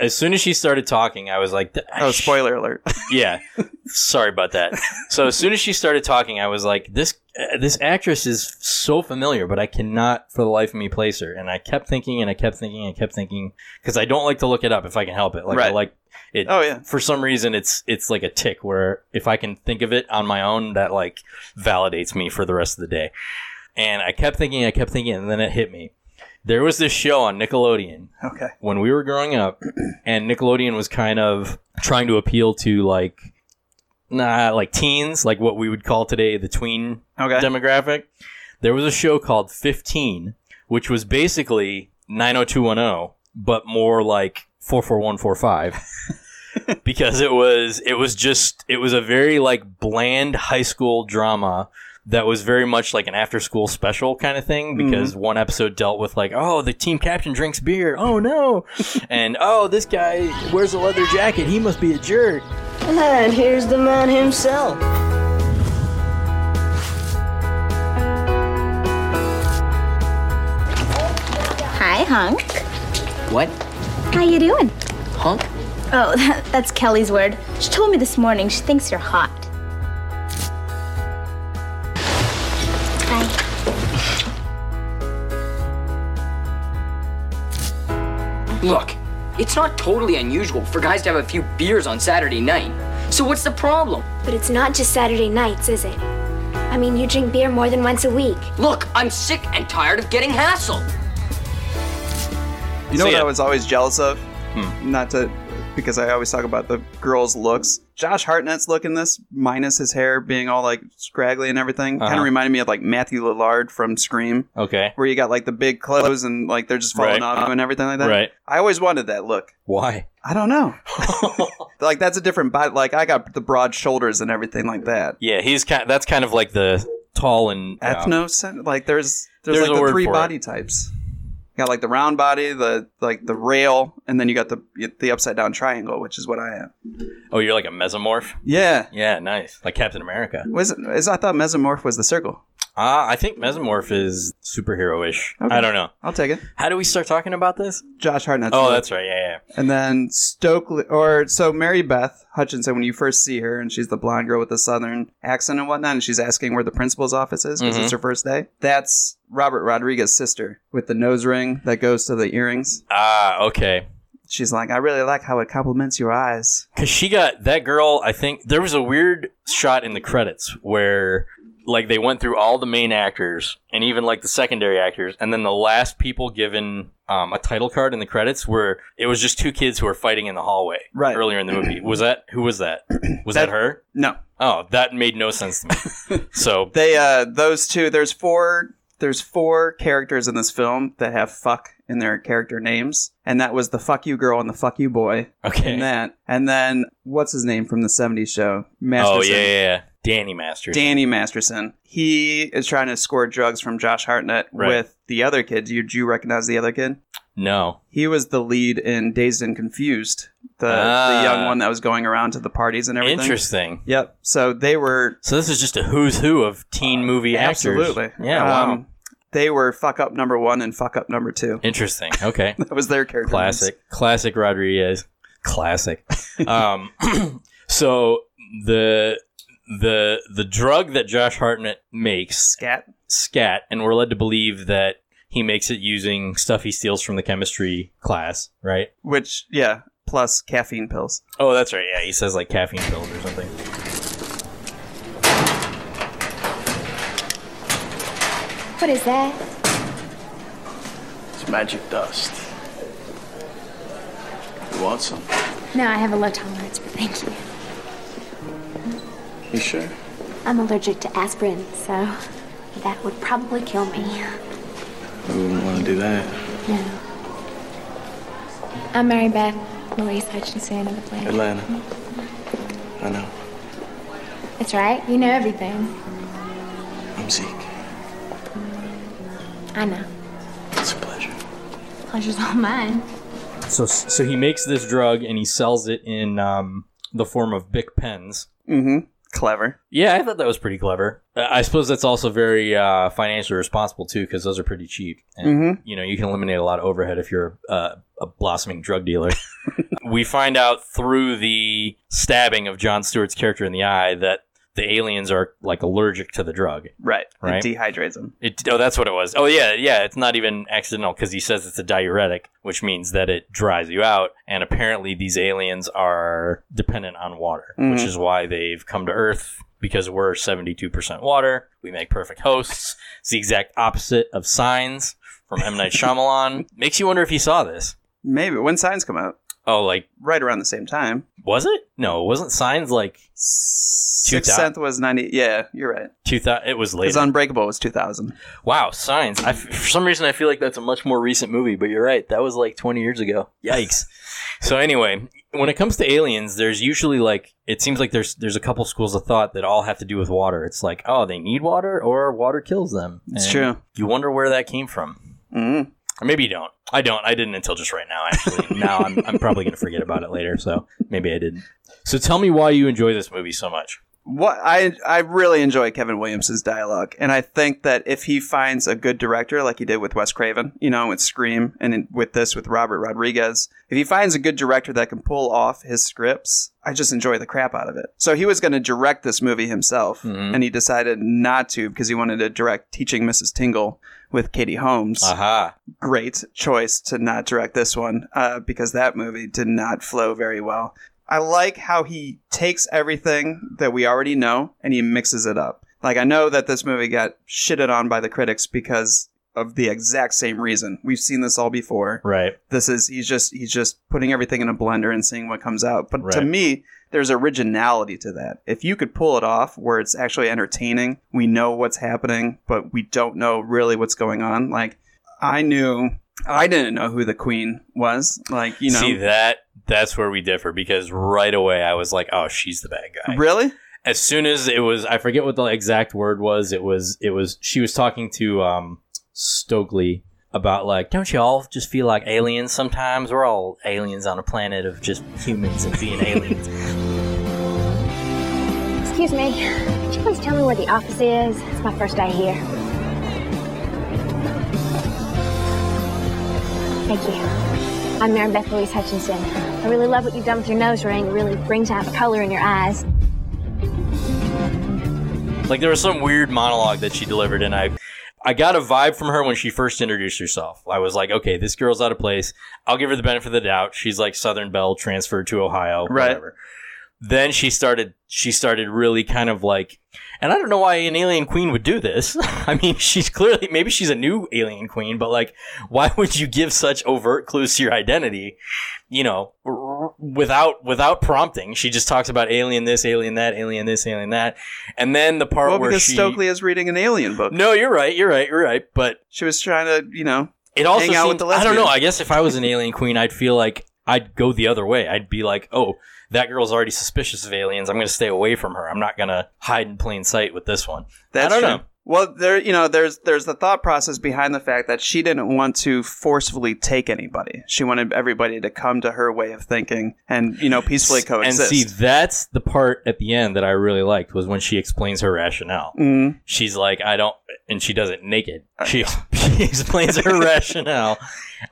[SPEAKER 4] as soon as she started talking, I was like,
[SPEAKER 5] Oh, spoiler alert.
[SPEAKER 4] yeah, sorry about that." So as soon as she started talking, I was like, "This uh, this actress is so familiar, but I cannot for the life of me place her." And I kept thinking, and I kept thinking, and I kept thinking because I don't like to look it up if I can help it. Like I
[SPEAKER 5] Right.
[SPEAKER 4] like it.
[SPEAKER 5] oh, yeah.
[SPEAKER 4] for some reason it's it's like a tick where if I can think of it on my own that like validates me for the rest of the day. And I kept thinking, I kept thinking, and then it hit me. There was this show on Nickelodeon
[SPEAKER 5] Okay.
[SPEAKER 4] when we were growing up, and Nickelodeon was kind of trying to appeal to like nah like teens, like what we would call today the tween
[SPEAKER 5] Okay.
[SPEAKER 4] demographic. There was a show called 15, which was basically 90210, but more like 44145. because it was it was just it was a very like bland high school drama that was very much like an after school special kind of thing because one episode dealt with like oh the team captain drinks beer oh no and oh this guy wears a leather jacket he must be a jerk
[SPEAKER 1] And here's the man himself.
[SPEAKER 7] Hi, Hunk.
[SPEAKER 3] What?
[SPEAKER 7] How you doing?
[SPEAKER 3] Hunk?
[SPEAKER 7] Oh, that's Kelly's word. She told me this morning she thinks you're hot. Hi.
[SPEAKER 11] Look, it's not totally unusual for guys to have a few beers on Saturday night. So what's the problem?
[SPEAKER 7] But it's not just Saturday nights, is it? I mean, you drink beer more than once a week.
[SPEAKER 11] Look, I'm sick and tired of getting hassled.
[SPEAKER 5] You know
[SPEAKER 4] So,
[SPEAKER 5] what
[SPEAKER 4] yeah. Hmm.
[SPEAKER 5] I was always jealous of? Not to, because I always talk about the girls' looks. Josh Hartnett's look in this, minus his hair being all like scraggly and everything, kind
[SPEAKER 4] Uh-huh.
[SPEAKER 5] of reminded me of like Matthew Lillard from Scream,
[SPEAKER 4] okay
[SPEAKER 5] where you got like the big clothes and like they're just falling
[SPEAKER 4] Right.
[SPEAKER 5] off and everything like that.
[SPEAKER 4] Right.
[SPEAKER 5] I always wanted that look.
[SPEAKER 4] why
[SPEAKER 5] I don't know. like that's a different body. Like I got the broad shoulders and everything like that.
[SPEAKER 4] yeah he's kind that's kind of like the tall and uh,
[SPEAKER 5] Ethno, like there's there's,
[SPEAKER 4] There's a
[SPEAKER 5] like the
[SPEAKER 4] word
[SPEAKER 5] three
[SPEAKER 4] for it.
[SPEAKER 5] body types. You got like the round body, the like the rail, and then you got the the upside down triangle, which is what I am.
[SPEAKER 4] Oh, you're like a mesomorph?
[SPEAKER 5] Yeah.
[SPEAKER 4] Yeah, nice. Like Captain America.
[SPEAKER 5] Was it, is I thought mesomorph was the circle.
[SPEAKER 4] Ah, I think mesomorph is superhero ish. I don't know.
[SPEAKER 5] I'll take it.
[SPEAKER 4] How do we start talking about this?
[SPEAKER 5] Josh Hartnett.
[SPEAKER 4] Oh, that's right. Yeah, yeah.
[SPEAKER 5] and then Stokely or so Mary Beth Hutchinson when you first see her and she's the blonde girl with the southern accent and whatnot and she's asking where the principal's office is because
[SPEAKER 4] Mm-hmm.
[SPEAKER 5] it's her first day. That's Robert Rodriguez's sister with the nose ring that goes to the earrings.
[SPEAKER 4] Ah, okay.
[SPEAKER 5] She's like, I really like how it complements your eyes.
[SPEAKER 4] Cause she got that girl. I think there was a weird shot in the credits where like they went through all the main actors and even like the secondary actors, and then the last people given um, a title card in the credits were it was just two kids who were fighting in the hallway
[SPEAKER 5] right.
[SPEAKER 4] earlier in the movie. Was that who was that? Was that, her?
[SPEAKER 5] No.
[SPEAKER 4] Oh, that made no sense to me. so
[SPEAKER 5] They uh those two there's four there's four characters in this film that have fuck in their character names. And that was the fuck you girl and the fuck you boy.
[SPEAKER 4] Okay.
[SPEAKER 5] And that and then what's his name from the 70s show?
[SPEAKER 4] oh
[SPEAKER 5] Masterson.
[SPEAKER 4] yeah, yeah, yeah. Danny Masters.
[SPEAKER 5] Danny Masterson. He is trying to score drugs from Josh Hartnett
[SPEAKER 4] Right.
[SPEAKER 5] with the other kid. Do you, do you recognize the other kid?
[SPEAKER 4] no.
[SPEAKER 5] He was the lead in Dazed and Confused, the,
[SPEAKER 4] Ah.
[SPEAKER 5] the young one that was going around to the parties and everything.
[SPEAKER 4] Interesting.
[SPEAKER 5] Yep. So they were
[SPEAKER 4] So this is just a who's who of teen movie
[SPEAKER 5] absolutely.
[SPEAKER 4] actors. Yeah. Wow.
[SPEAKER 5] Um, They were fuck up number one and fuck up number two.
[SPEAKER 4] Interesting. Okay.
[SPEAKER 5] That was their character. names.
[SPEAKER 4] classic classic rodriguez classic um so the the the drug that josh hartnett makes
[SPEAKER 5] scat
[SPEAKER 4] scat and we're led to believe that he makes it using stuff he steals from the chemistry class right
[SPEAKER 5] Which yeah, plus caffeine pills.
[SPEAKER 4] oh that's right yeah he says like caffeine pills or something
[SPEAKER 7] What is that?
[SPEAKER 8] It's magic dust. You want some?
[SPEAKER 7] No, I have a low tolerance, but thank you.
[SPEAKER 8] You sure?
[SPEAKER 7] I'm allergic to aspirin, so that would probably kill me.
[SPEAKER 8] I wouldn't want to do that.
[SPEAKER 7] No. I'm Mary Beth Louise Hutchinson of the play.
[SPEAKER 8] Atlanta. I know.
[SPEAKER 7] That's right. You know everything.
[SPEAKER 8] I'm Zeke.
[SPEAKER 7] I know.
[SPEAKER 8] It's a pleasure.
[SPEAKER 7] Pleasure's all mine.
[SPEAKER 4] so so he makes this drug and he sells it in um the form of bic pens
[SPEAKER 5] Mm-hmm. Clever.
[SPEAKER 4] yeah i thought that was pretty clever Uh, i suppose that's also very uh financially responsible too because those are pretty cheap and
[SPEAKER 5] Mm-hmm.
[SPEAKER 4] you know you can eliminate a lot of overhead if you're uh, a blossoming drug dealer we find out through the stabbing of john stewart's character in the eye that the aliens are like allergic to the drug
[SPEAKER 5] Right.
[SPEAKER 4] Right.
[SPEAKER 5] It dehydrates them.
[SPEAKER 4] it, oh that's what it was oh yeah yeah it's not even accidental because he says it's a diuretic which means that it dries you out and apparently these aliens are dependent on water which
[SPEAKER 5] Mhm.
[SPEAKER 4] is why they've come to earth because we're 72% water we make perfect hosts it's the exact opposite of signs from M. Night Shyamalan. Makes you wonder if he saw this.
[SPEAKER 5] Maybe when signs come out,
[SPEAKER 4] Oh, like,
[SPEAKER 5] right around the same time.
[SPEAKER 4] was it? No, it wasn't signs like
[SPEAKER 5] Sixth Sense was ninety. Yeah, you're right.
[SPEAKER 4] 2000. It was
[SPEAKER 5] Because
[SPEAKER 4] later.
[SPEAKER 5] Unbreakable was two thousand.
[SPEAKER 4] wow, signs. I, for some reason, I feel like that's a much more recent movie, but you're right. That was like 20 years ago. Yikes. so, anyway, when it comes to aliens, there's usually like, it seems like there's there's a couple schools of thought that all have to do with water. It's like, oh, they need water or water kills them.
[SPEAKER 5] It's
[SPEAKER 4] And
[SPEAKER 5] true.
[SPEAKER 4] You wonder where that came from.
[SPEAKER 5] Mm.
[SPEAKER 4] Or maybe you don't. I don't. I didn't until just right now, actually. now I'm, I'm probably going to forget about it later, so maybe I didn't. So tell me why you enjoy this movie so much.
[SPEAKER 5] What I I really enjoy Kevin Williams's dialogue, and I think that if he finds a good director like he did with Wes Craven, you know, with Scream, and in, with this with Robert Rodriguez, if he finds a good director that can pull off his scripts, I just enjoy the crap out of it. So he was going to direct this movie himself,
[SPEAKER 4] Mhm.
[SPEAKER 5] and he decided not to because he wanted to direct Teaching Mrs. Tingle with Katie Holmes.
[SPEAKER 4] Aha.
[SPEAKER 5] great choice to not direct this one uh, because that movie did not flow very well. I like how he takes everything that we already know and he mixes it up. Like, I know that this movie got shitted on by the critics because of the exact same reason. We've seen this all before.
[SPEAKER 4] Right.
[SPEAKER 5] This is, he's just, he's just putting everything in a blender and seeing what comes out. But to
[SPEAKER 4] Right.
[SPEAKER 5] me, there's originality to that. If you could pull it off where it's actually entertaining, we know what's happening, but we don't know really what's going on. Like, I knew I didn't know who the queen was. Like, you know,
[SPEAKER 4] See that? That's where we differ because right away I was like, "Oh, she's the bad guy."
[SPEAKER 5] really?
[SPEAKER 4] As soon as it was, I forget what the exact word was. It was, it was. She was talking to um, Stokely about like, "Don't you all just feel like aliens sometimes? We're all aliens on a planet of just humans and being aliens."
[SPEAKER 7] Excuse me. Could you please tell me where the office is? It's my first day here. Thank you. I'm Mary Beth Louise Hutchinson. I really love what you've done with your nose ring. It really brings out the color in your eyes.
[SPEAKER 4] Like there was some weird monologue that she delivered, and I, I got a vibe from her when she first introduced herself. I was like, okay, this girl's out of place. I'll give her the benefit of the doubt. She's like Southern Belle transferred to Ohio,
[SPEAKER 5] Right.
[SPEAKER 4] whatever. Then she started she started really kind of like and I don't know why an alien queen would do this. I mean, she's clearly maybe she's a new alien queen, but like why would you give such overt clues to your identity? You know, without without prompting. She just talks about alien this, alien that, alien this, alien that. And then the part
[SPEAKER 5] Well,
[SPEAKER 4] where
[SPEAKER 5] because
[SPEAKER 4] she
[SPEAKER 5] Stokely is reading an alien book.
[SPEAKER 4] No, you're right. You're right. You're right. But
[SPEAKER 5] she was trying to, you know,
[SPEAKER 4] it also
[SPEAKER 5] hang out with
[SPEAKER 4] seemed-
[SPEAKER 5] the
[SPEAKER 4] I
[SPEAKER 5] lesbian.
[SPEAKER 4] don't know. I guess if I was an alien queen, I'd feel like I'd go the other way. I'd be like, oh, that girl's already suspicious of aliens. I'm going to stay away from her. I'm not going to hide in plain sight with this one.
[SPEAKER 5] That's
[SPEAKER 4] I don't
[SPEAKER 5] true.
[SPEAKER 4] know.
[SPEAKER 5] Well, there, you know, there's there's the thought process behind the fact that she didn't want to forcefully take anybody. She wanted everybody to come to her way of thinking and you know peacefully
[SPEAKER 4] And
[SPEAKER 5] coexist.
[SPEAKER 4] see, that's the part at the end that I really liked was when she explains her rationale.
[SPEAKER 5] Mhm.
[SPEAKER 4] She's like, I don't, and she does it naked. She, she explains her rationale.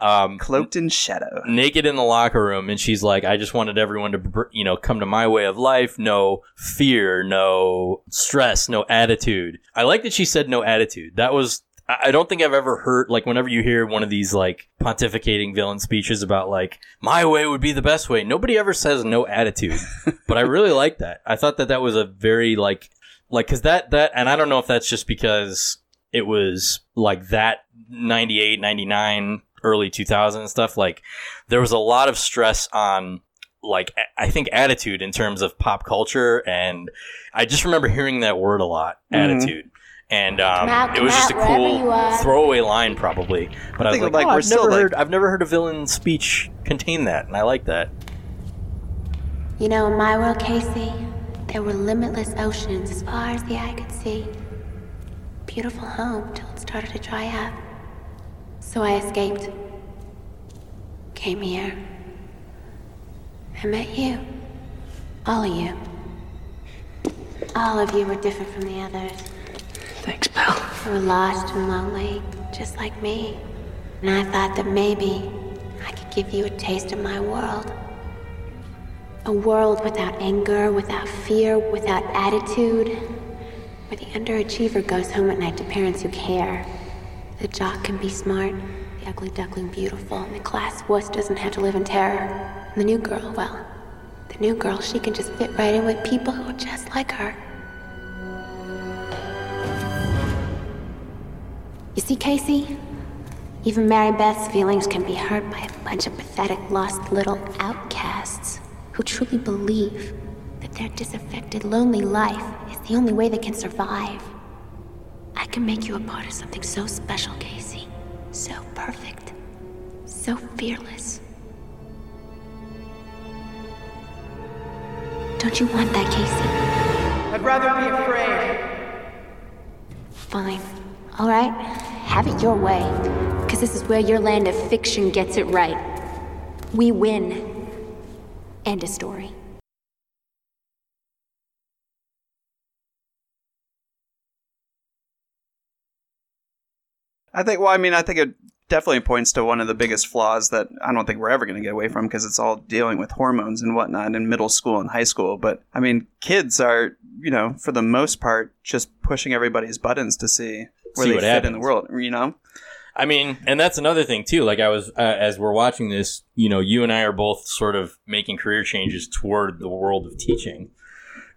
[SPEAKER 4] Um,
[SPEAKER 5] cloaked in shadow.
[SPEAKER 4] naked in the locker room and she's like i just wanted everyone to br- you know come to my way of life no fear no stress no attitude i like that she said no attitude that was i I don't think i've ever heard like whenever you hear one of these like pontificating villain speeches about like my way would be the best way nobody ever says no attitude but i really like that i thought that that was a very like like because that that and i don't know if that's just because it was like that 98 99 early 2000 stuff like there was a lot of stress on like a- i think attitude in terms of pop culture and i just remember hearing that word a lot
[SPEAKER 5] Mhm.
[SPEAKER 4] attitude and um,
[SPEAKER 7] Matt,
[SPEAKER 4] it was just a
[SPEAKER 7] Matt, wherever you
[SPEAKER 4] cool
[SPEAKER 7] are.
[SPEAKER 4] throwaway line probably but i,
[SPEAKER 5] I
[SPEAKER 4] was
[SPEAKER 5] think
[SPEAKER 4] like,
[SPEAKER 5] like
[SPEAKER 4] oh,
[SPEAKER 5] we're
[SPEAKER 4] I've,
[SPEAKER 5] still,
[SPEAKER 4] never
[SPEAKER 5] like-
[SPEAKER 4] heard, I've never heard a villain speech contain that and i like that
[SPEAKER 12] You know, in my world, Casey, there were limitless oceans as far as the eye could see. Beautiful home till it started to dry up. So I escaped. Came here. I met you. All of you. All of you were different from the others. Thanks, pal. You were lost and lonely, just like me. And I thought that maybe I could give you a taste of my world. A world without anger, without fear, without attitude, where the underachiever goes home at night to parents who care. The jock can be smart, the ugly duckling beautiful, and the class wuss doesn't have to live in terror. And the new girl, well, the new girl, she can just fit right in with people who are just like her. You see, Casey, even Mary Beth's feelings can be hurt by a bunch of pathetic, lost little outcasts who truly believe that their disaffected, lonely life is the only way they can survive. I can make you a part of something so special, Casey. So perfect. So fearless. Don't you want that, Casey?
[SPEAKER 3] I'd rather be afraid.
[SPEAKER 12] Fine. All right. Have it your way. Because this is where your land of fiction gets it right. We win. End of story.
[SPEAKER 5] I think. Well, I mean, I think it definitely points to one of the biggest flaws that I don't think we're ever going to get away from because it's all dealing with hormones and whatnot in middle school and high school. But I mean, kids are, you know, for the most part, just pushing everybody's buttons to see where
[SPEAKER 4] See
[SPEAKER 5] they
[SPEAKER 4] what
[SPEAKER 5] fit in the
[SPEAKER 4] happens.
[SPEAKER 5] world. You know,
[SPEAKER 4] I mean, and that's another thing too. Like I was, uh, as we're watching this, you know, you and I are both sort of making career changes toward the world of teaching,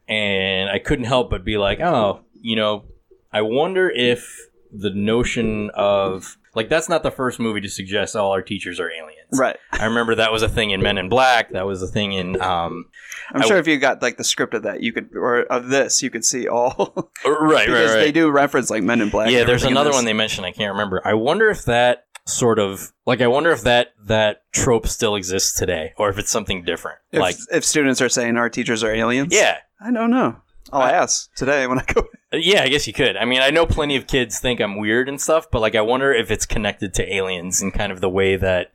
[SPEAKER 4] and I couldn't help but be like, oh, you know, I wonder if the notion of like that's not the first movie to suggest all our teachers are aliens.
[SPEAKER 5] right?
[SPEAKER 4] I remember that was a thing in Men in Black. That was a thing in um,
[SPEAKER 5] I'm
[SPEAKER 4] I-
[SPEAKER 5] sure if you got like the script of that, you could or of this, you could see all
[SPEAKER 4] right, right,
[SPEAKER 5] because
[SPEAKER 4] right.
[SPEAKER 5] they do reference like Men in Black.
[SPEAKER 4] Yeah,
[SPEAKER 5] and
[SPEAKER 4] there's
[SPEAKER 5] everything in
[SPEAKER 4] another
[SPEAKER 5] this.
[SPEAKER 4] one they mentioned. I can't remember. I wonder if that sort of like I wonder if that that trope still exists today, or if it's something different.
[SPEAKER 5] If,
[SPEAKER 4] like,
[SPEAKER 5] if students are saying our teachers are aliens,
[SPEAKER 4] yeah,
[SPEAKER 5] I don't know. I'll ask today when I go.
[SPEAKER 4] Uh, yeah, I guess you could. I mean, I know plenty of kids think I'm weird and stuff, but like, I wonder if it's connected to aliens and kind of the way that.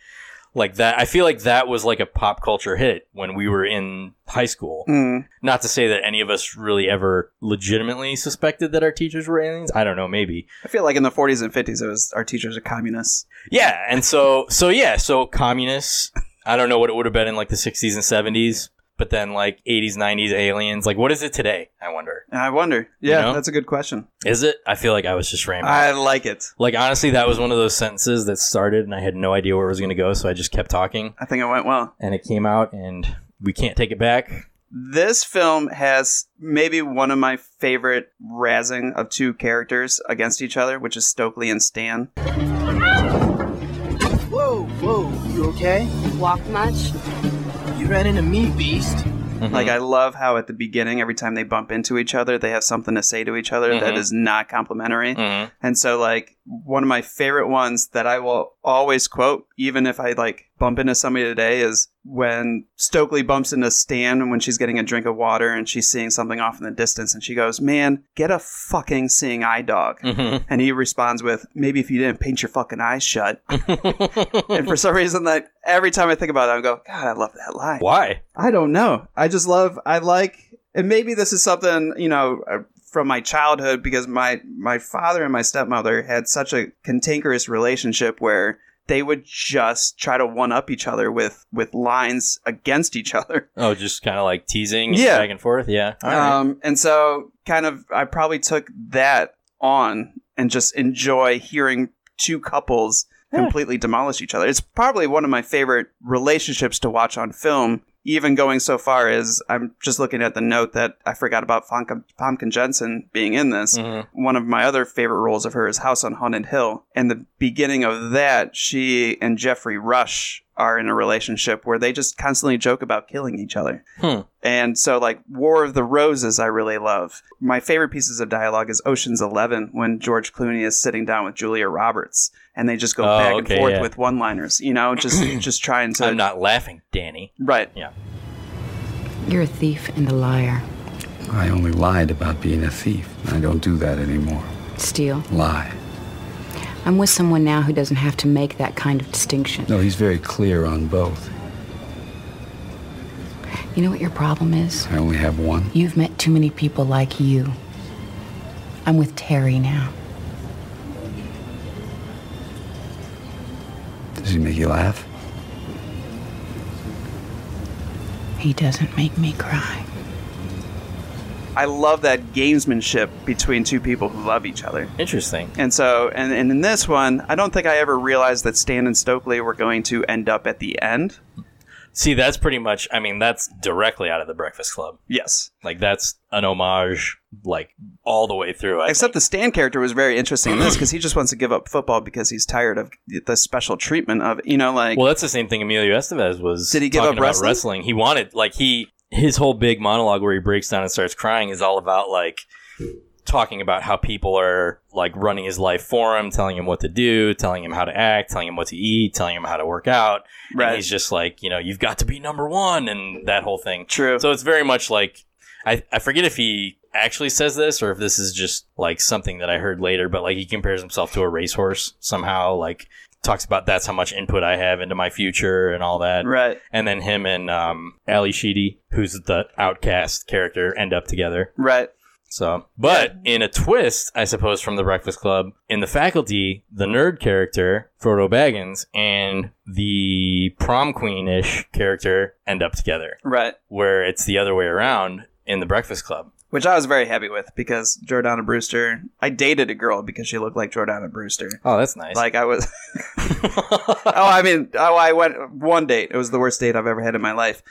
[SPEAKER 4] Like that, I feel like that was like a pop culture hit when we were in high school.
[SPEAKER 5] Mm.
[SPEAKER 4] Not to say that any of us really ever legitimately suspected that our teachers were aliens. I don't know, maybe.
[SPEAKER 5] I feel like in the 40s and 50s, it was our teachers are communists.
[SPEAKER 4] Yeah, and so so yeah, so communists. I don't know what it would have been in like the 60s and 70s, but then like 80s, 90s aliens. Like, what is it today? I wonder.
[SPEAKER 5] I wonder. Yeah,
[SPEAKER 4] You know?
[SPEAKER 5] that's a good question.
[SPEAKER 4] Is it? I feel like I was just rambling.
[SPEAKER 5] I like it.
[SPEAKER 4] like honestly, that was one of those sentences that started, and I had no idea where it was going to go, so I just kept talking,
[SPEAKER 5] I think it went well.
[SPEAKER 4] and it came out, and we can't take it back.
[SPEAKER 5] This film has maybe one of my favorite razzing of two characters against each other, which is Stokely and Stan.
[SPEAKER 13] Whoa, whoa, you okay? Walk much? You ran into me, beast.
[SPEAKER 5] Like, I love how at the beginning, every time they bump into each other, they have something to say to each other that
[SPEAKER 13] Mhm.
[SPEAKER 5] is not complimentary.
[SPEAKER 4] Mm.
[SPEAKER 5] And so, like, one of my favorite ones that I will always quote, even if I like bump into somebody today, is when Stokely bumps into Stan when she's getting a drink of water and she's seeing something off in the distance, and she goes, "Man, get a fucking seeing eye dog."
[SPEAKER 4] Mm.
[SPEAKER 13] Mhm.
[SPEAKER 5] And he responds with, "Maybe if you didn't paint your fucking eyes shut." and for some reason, that every time I think about it, I go, "God, I love that line."
[SPEAKER 4] Why?
[SPEAKER 5] I don't know. I just love. I like, and maybe this is something you know uh, from my childhood because my my father and my stepmother had such a cantankerous relationship where they would just try to one up each other with with lines against each other.
[SPEAKER 4] Oh, just kind of like teasing, and
[SPEAKER 5] Yeah.
[SPEAKER 4] back and forth. Yeah. All right.
[SPEAKER 5] Um, and so kind of I probably took that on and just enjoy hearing two couples completely demolish each other. It's probably one of my favorite relationships to watch on film. Even going so far as I'm just looking at the note that I forgot about Fonka, Pumpkin Jensen being in this.
[SPEAKER 4] Mm-hmm.
[SPEAKER 5] One of my other favorite roles of her is House on Haunted Hill. And the beginning of that, she and Jeffrey Rush are in a relationship where they just constantly joke about killing each other.
[SPEAKER 4] Hmm.
[SPEAKER 5] And so, like, War of the Roses, I really love. My favorite pieces of dialogue is Ocean's Eleven when George Clooney is sitting down with Julia Roberts and they just go
[SPEAKER 4] Oh,
[SPEAKER 5] back
[SPEAKER 4] okay,
[SPEAKER 5] and forth
[SPEAKER 4] yeah.
[SPEAKER 5] with one liners, you know, just just trying to.
[SPEAKER 4] I'm not laughing, Danny.
[SPEAKER 5] Right.
[SPEAKER 4] Yeah.
[SPEAKER 14] You're a thief and a liar.
[SPEAKER 15] I only lied about being a thief. I don't do that anymore.
[SPEAKER 14] Steal.
[SPEAKER 15] Lie.
[SPEAKER 14] I'm with someone now who doesn't have to make that kind of distinction.
[SPEAKER 15] No, he's very clear on both.
[SPEAKER 14] You know what your problem is?
[SPEAKER 15] I only have one.
[SPEAKER 14] You've met too many people like you. I'm with Terry now.
[SPEAKER 15] Does he make you laugh?
[SPEAKER 14] He doesn't make me cry.
[SPEAKER 5] I love that gamesmanship between two people who love each other.
[SPEAKER 4] Interesting.
[SPEAKER 5] And so, and, and in this one, I don't think I ever realized that Stan and Stokely were going to end up at the end.
[SPEAKER 4] See, that's pretty much. I mean, that's directly out of the Breakfast Club.
[SPEAKER 5] Yes.
[SPEAKER 4] Like that's an homage, like all the way through. I
[SPEAKER 5] Except the Stan character was very interesting in this because he just wants to give up football because he's tired of the special treatment of, you know, like.
[SPEAKER 4] Well, that's the same thing Emilio Estevez was.
[SPEAKER 5] Did he give
[SPEAKER 4] talking
[SPEAKER 5] up
[SPEAKER 4] about
[SPEAKER 5] wrestling?
[SPEAKER 4] He wanted like he his whole big monologue where he breaks down and starts crying is all about like talking about how people are like running his life for him, telling him what to do, telling him how to act, telling him what to eat, telling him how to work out.
[SPEAKER 5] Right.
[SPEAKER 4] And he's just like, you know, you've got to be number one and that whole thing.
[SPEAKER 5] True.
[SPEAKER 4] So it's very much like I, I forget if he actually says this or if this is just like something that I heard later, but like he compares himself to a racehorse somehow, like talks about that's how much input I have into my future and all that.
[SPEAKER 5] Right.
[SPEAKER 4] And then him and um Ali Sheedy, who's the outcast character, end up together.
[SPEAKER 5] Right.
[SPEAKER 4] So, but in a twist, I suppose, from the Breakfast Club, in the faculty, the nerd character, Frodo Baggins, and the prom queen ish character end up together.
[SPEAKER 5] Right.
[SPEAKER 4] Where it's the other way around in the Breakfast Club.
[SPEAKER 5] which I was very happy with because Jordana Brewster. I dated a girl because she looked like Jordana Brewster.
[SPEAKER 4] Oh, that's nice.
[SPEAKER 5] Like I was. oh, I mean, oh, I went one date. It was the worst date I've ever had in my life.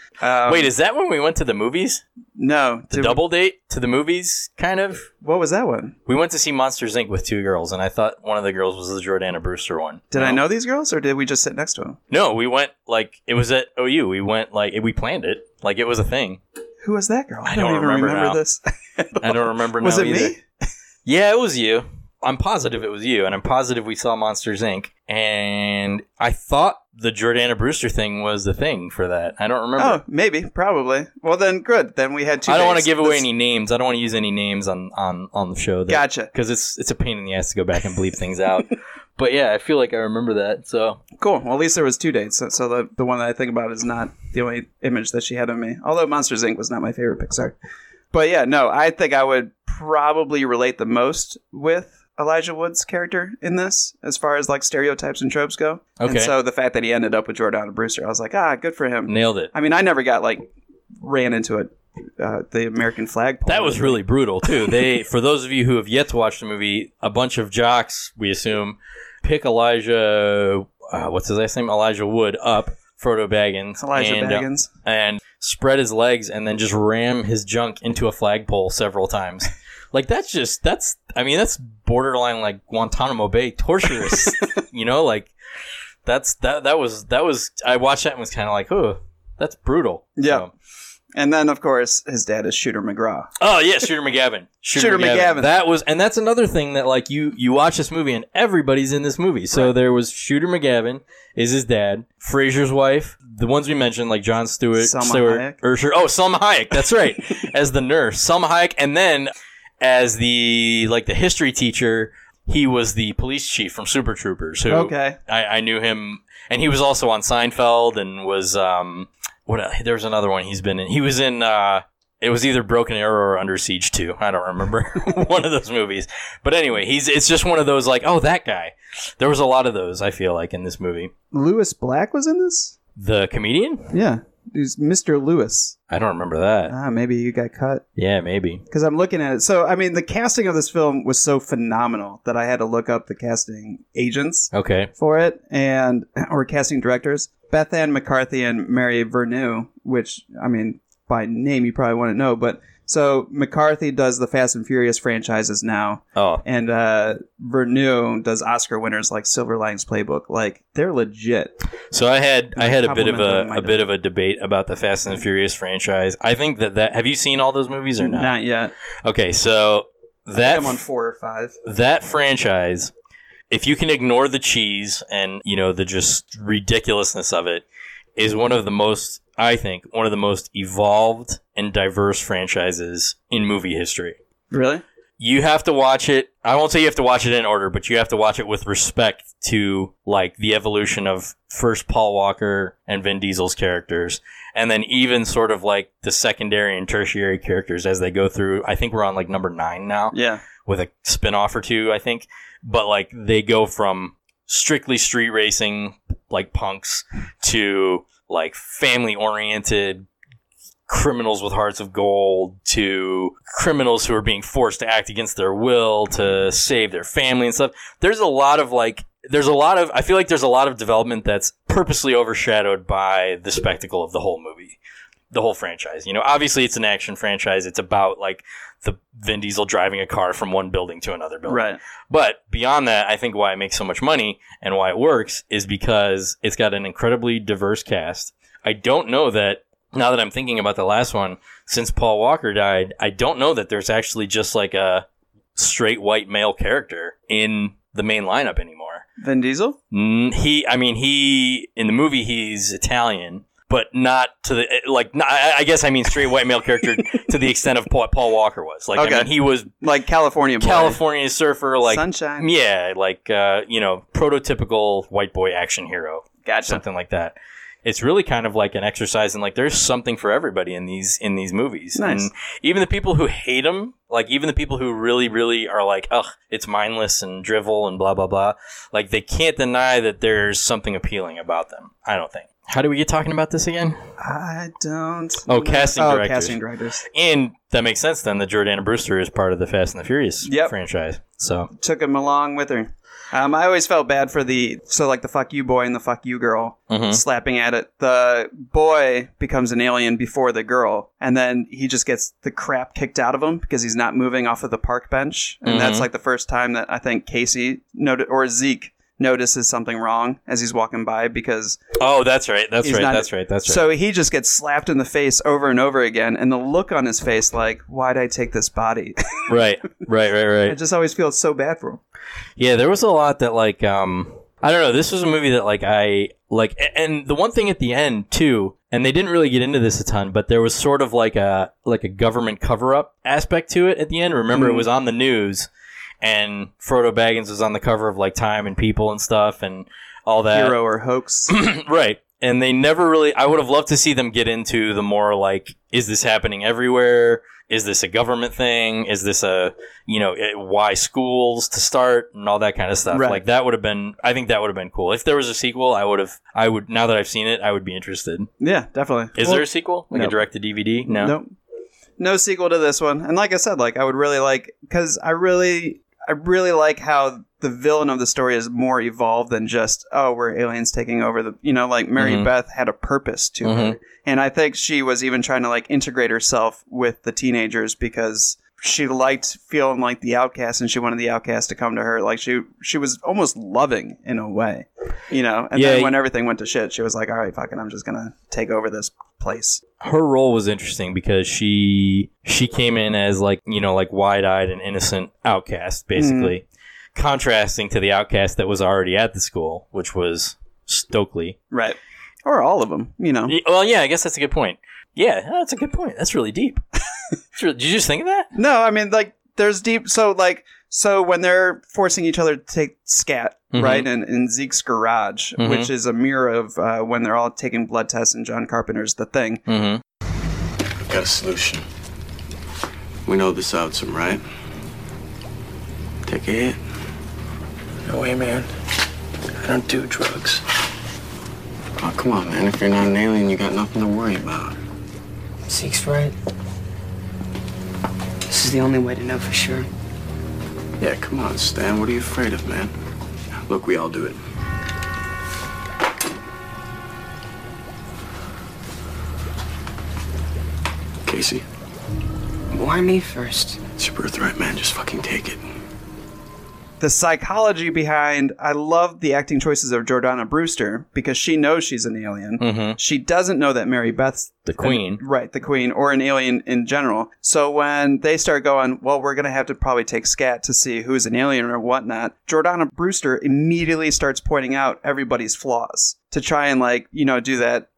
[SPEAKER 5] Um,
[SPEAKER 4] Wait, is that when we went to the movies?
[SPEAKER 5] no
[SPEAKER 4] The
[SPEAKER 5] did-
[SPEAKER 4] double date to the movies, kind of?
[SPEAKER 5] What was that one?
[SPEAKER 4] We went to see Monsters Inc. with two girls, and I thought one of the girls was the Jordana Brewster one.
[SPEAKER 5] Did I know these girls, or did we just sit next to them?
[SPEAKER 4] No, we went like it was at OU. We went like we planned it, like it was a thing.
[SPEAKER 5] Who was that girl? I,
[SPEAKER 4] don't
[SPEAKER 5] even
[SPEAKER 4] remember
[SPEAKER 5] remember,
[SPEAKER 4] now.
[SPEAKER 5] this.
[SPEAKER 4] I don't remember.
[SPEAKER 5] Was
[SPEAKER 4] now
[SPEAKER 5] it
[SPEAKER 4] either.
[SPEAKER 5] me?
[SPEAKER 4] Yeah, it was you. I'm positive it was you, and I'm positive we saw Monsters Inc. And I thought the Jordana Brewster thing was the thing for that. I don't remember.
[SPEAKER 5] Oh, maybe, probably. Well, then, good. Then we had two.
[SPEAKER 4] I don't want to
[SPEAKER 5] dates.
[SPEAKER 4] give away
[SPEAKER 5] This-
[SPEAKER 4] any names. I don't want to use any names on on on the show. That,
[SPEAKER 5] Gotcha.
[SPEAKER 4] Because it's it's a pain in the ass to go back and bleep things out. But yeah, I feel like I remember that. So
[SPEAKER 5] Cool. Well, at least there was two dates. So, so the the one that I think about is not the only image that she had of me. Although Monsters Inc. was not my favorite Pixar. But yeah, no, I think I would probably relate the most with Elijah Wood's character in this, as far as like stereotypes and tropes go.
[SPEAKER 4] Okay.
[SPEAKER 5] And so the fact that he ended up with Jordana Brewster, I was like, ah, good for him.
[SPEAKER 4] nailed it.
[SPEAKER 5] I mean, I never got like ran into it. Uh, the American flag pole.
[SPEAKER 4] That was really brutal too. They, for those of you who have yet to watch the movie, a bunch of jocks, we assume, pick Elijah. Uh, what's his last name? Elijah Wood up Frodo Baggins.
[SPEAKER 5] Elijah
[SPEAKER 4] and, uh,
[SPEAKER 5] Baggins.
[SPEAKER 4] and spread his legs and then just ram his junk into a flagpole several times. Like that's just that's I mean that's borderline like Guantanamo Bay torturous. you know, like that's that that was that was I watched that and was kind of like, oh, that's brutal.
[SPEAKER 5] Yeah. and then, of course, his dad is Shooter McGraw.
[SPEAKER 4] Oh yeah, Shooter McGavin.
[SPEAKER 5] Shooter McGavin.
[SPEAKER 4] That was, and that's another thing that like you you watch this movie and everybody's in this movie. So there was Shooter McGavin is his dad, Fraser's wife, the ones we mentioned like John Stewart,
[SPEAKER 5] Selma
[SPEAKER 4] Stewart,
[SPEAKER 5] Hayek.
[SPEAKER 4] Ursher. Oh, Selma Hayek. That's right, as the nurse, Selma Hayek, and then as the like the history teacher. He was the police chief from Super Troopers. Who
[SPEAKER 5] Okay.
[SPEAKER 4] I, I knew him, and he was also on Seinfeld, and was um what el- there was another one he's been in. He was in uh it was either Broken Arrow or Under Siege Two. I don't remember one of those movies. But anyway, he's it's just one of those like oh that guy. There was a lot of those I feel like in this movie.
[SPEAKER 5] Lewis Black was in this?
[SPEAKER 4] The comedian?
[SPEAKER 5] Yeah. He's Mr. Lewis.
[SPEAKER 4] I don't remember that.
[SPEAKER 5] Ah, maybe you got cut.
[SPEAKER 4] Yeah, maybe.
[SPEAKER 5] Because I'm looking at it. So, I mean, the casting of this film was so phenomenal that I had to look up the casting agents
[SPEAKER 4] Okay.
[SPEAKER 5] for it and or casting directors. Beth Ann McCarthy and Mary Verneau, which, I mean, by name you probably wouldn't know, but so McCarthy does the Fast and Furious franchises now.
[SPEAKER 4] Oh.
[SPEAKER 5] And uh, Verneau does Oscar winners like Silver Linings Playbook. Like, they're legit.
[SPEAKER 4] So I had I had a bit of
[SPEAKER 5] Compliment
[SPEAKER 4] a,
[SPEAKER 5] them, I
[SPEAKER 4] a bit of a debate about the Fast and the Furious franchise. I think that that have you seen all those movies or not?
[SPEAKER 5] Not yet.
[SPEAKER 4] Okay, so that
[SPEAKER 5] I'm on four or five.
[SPEAKER 4] that franchise, if you can ignore the cheese and you know the just ridiculousness of it, is one of the most I think one of the most evolved and diverse franchises in movie history.
[SPEAKER 5] Really?
[SPEAKER 4] You have to watch it. I won't say you have to watch it in order, but you have to watch it with respect to like the evolution of first Paul Walker and Vin Diesel's characters, and then even sort of like the secondary and tertiary characters as they go through. I think we're on like number nine now
[SPEAKER 5] Yeah.
[SPEAKER 4] with a spin-off or two, I think. But like they go from strictly street racing, like punks, to like family-oriented criminals with hearts of gold, to criminals who are being forced to act against their will to save their family and stuff. There's a lot of like there's a lot of I feel like there's a lot of development that's purposely overshadowed by the spectacle of the whole movie the whole franchise. You know, obviously it's an action franchise. It's about like the Vin Diesel driving a car from one building to another building.
[SPEAKER 5] Right.
[SPEAKER 4] But beyond that, I think why it makes so much money and why it works is because it's got an incredibly diverse cast. I don't know that now that I'm thinking about the last one, since Paul Walker died, I don't know that there's actually just like a straight white male character in the main lineup anymore.
[SPEAKER 5] Vin Diesel?
[SPEAKER 4] N- he i mean he in the movie he's italian but not to the like not, I, I guess i mean straight white male character to the extent of paul, paul walker was like i mean he was
[SPEAKER 5] like California boy.
[SPEAKER 4] california surfer like
[SPEAKER 5] Sunshine.
[SPEAKER 4] yeah like uh, you know prototypical white boy action hero
[SPEAKER 5] gotcha
[SPEAKER 4] something like that it's really kind of like an exercise in like there's something for everybody in these in these movies
[SPEAKER 5] Nice.
[SPEAKER 4] and even the people who hate them like even the people who really really are like ugh it's mindless and drivel and blah blah blah like they can't deny that there's something appealing about them i don't think how do we get talking about this again
[SPEAKER 5] I don't.
[SPEAKER 4] Oh, casting
[SPEAKER 5] oh,
[SPEAKER 4] directors.
[SPEAKER 5] casting directors.
[SPEAKER 4] and that makes sense then that jordana brewster is part of the fast and the furious
[SPEAKER 5] Yep.
[SPEAKER 4] franchise so
[SPEAKER 5] Took him along with her. Um, I always felt bad for the so like the fuck you boy and the fuck you girl
[SPEAKER 4] Mhm.
[SPEAKER 5] slapping at it. The boy becomes an alien before the girl, and then he just gets the crap kicked out of him because he's not moving off of the park bench, and that's
[SPEAKER 4] Mm-hmm.
[SPEAKER 10] Mhm.
[SPEAKER 5] like the first time that I think Casey noted or Zeke notices something wrong as he's walking by because
[SPEAKER 4] oh that's right that's
[SPEAKER 5] He's
[SPEAKER 4] right
[SPEAKER 5] not-
[SPEAKER 4] that's right that's right
[SPEAKER 5] So he just gets slapped in the face over and over again, and the look on his face, like, why'd I take this body?
[SPEAKER 4] right right right right
[SPEAKER 5] I just always feel so bad for him.
[SPEAKER 4] Yeah, there was a lot that like um I don't know, this was a movie that like I like a- and the one thing at the end too, and they didn't really get into this a ton, but there was sort of like a like a government cover up aspect to it at the end. Remember it
[SPEAKER 5] Mm.
[SPEAKER 4] was on the news and Frodo Baggins was on the cover of like Time and People and stuff and all that
[SPEAKER 5] Hero or hoax.
[SPEAKER 4] right. and they never really i would have loved to see them get into the more like is this happening everywhere is this a government thing is this a you know eh, why schools to start and all that kind of stuff
[SPEAKER 5] Right.
[SPEAKER 4] like that would have been i think that would have been cool if there was a sequel i would have i would now that i've seen it i would be interested
[SPEAKER 5] Yeah, definitely.
[SPEAKER 4] is
[SPEAKER 5] Well-
[SPEAKER 4] there a sequel like
[SPEAKER 5] No.
[SPEAKER 4] a direct to dvd no
[SPEAKER 5] Nope. No sequel to this one. And like I said, like I would really like because I really, I really like how the villain of the story is more evolved than just oh we're aliens taking over the you know like Mary
[SPEAKER 4] Mm-hmm.
[SPEAKER 16] Mhm.
[SPEAKER 5] Beth had a purpose to her,
[SPEAKER 16] Mhm.
[SPEAKER 5] and I think she was even trying to like integrate herself with the teenagers because she liked feeling like the outcast and she wanted the outcast to come to her like she she was almost loving in a way you know and then
[SPEAKER 4] Yeah.
[SPEAKER 5] when everything went to shit she was like all right fucking i'm just gonna take over this place
[SPEAKER 4] her role was interesting because she she came in as like you know like wide-eyed and innocent outcast
[SPEAKER 5] Mm-hmm.
[SPEAKER 4] basically contrasting to the outcast that was already at the school which was stokely
[SPEAKER 5] right or all of them you know
[SPEAKER 4] well yeah i guess that's a good point yeah that's a good point that's really deep That's really- did you just think of that
[SPEAKER 5] No, I mean like there's deep. So like so when they're forcing each other to take scat
[SPEAKER 4] Mhm.
[SPEAKER 5] right in, in Zeke's garage,
[SPEAKER 4] Mhm.
[SPEAKER 5] which is a mirror of uh, when they're all taking blood tests and John Carpenter's The Thing.
[SPEAKER 4] Mm-hmm.
[SPEAKER 16] I've got a solution. We know this outs him, right? Take a hit. No way, man. I don't do drugs. Oh, come on, man. If you're not an alien, you got nothing to worry about.
[SPEAKER 3] Zeke's right. This is the only way to know for sure.
[SPEAKER 16] Yeah, come on, Stan. What are you afraid of, man? Look, we all do it. Casey,
[SPEAKER 3] Why me first?
[SPEAKER 16] it's your birthright, man. Just fucking take it.
[SPEAKER 5] The psychology behind I love the acting choices of Jordana Brewster because she knows she's an alien.
[SPEAKER 4] Mhm.
[SPEAKER 5] She doesn't know that Mary Beth's
[SPEAKER 4] the queen.
[SPEAKER 5] right, the queen, or an alien in general. So when they start going, well, we're going to have to probably take scat to see who's an alien or whatnot, Jordana Brewster immediately starts pointing out everybody's flaws to try and, like, you know, do that.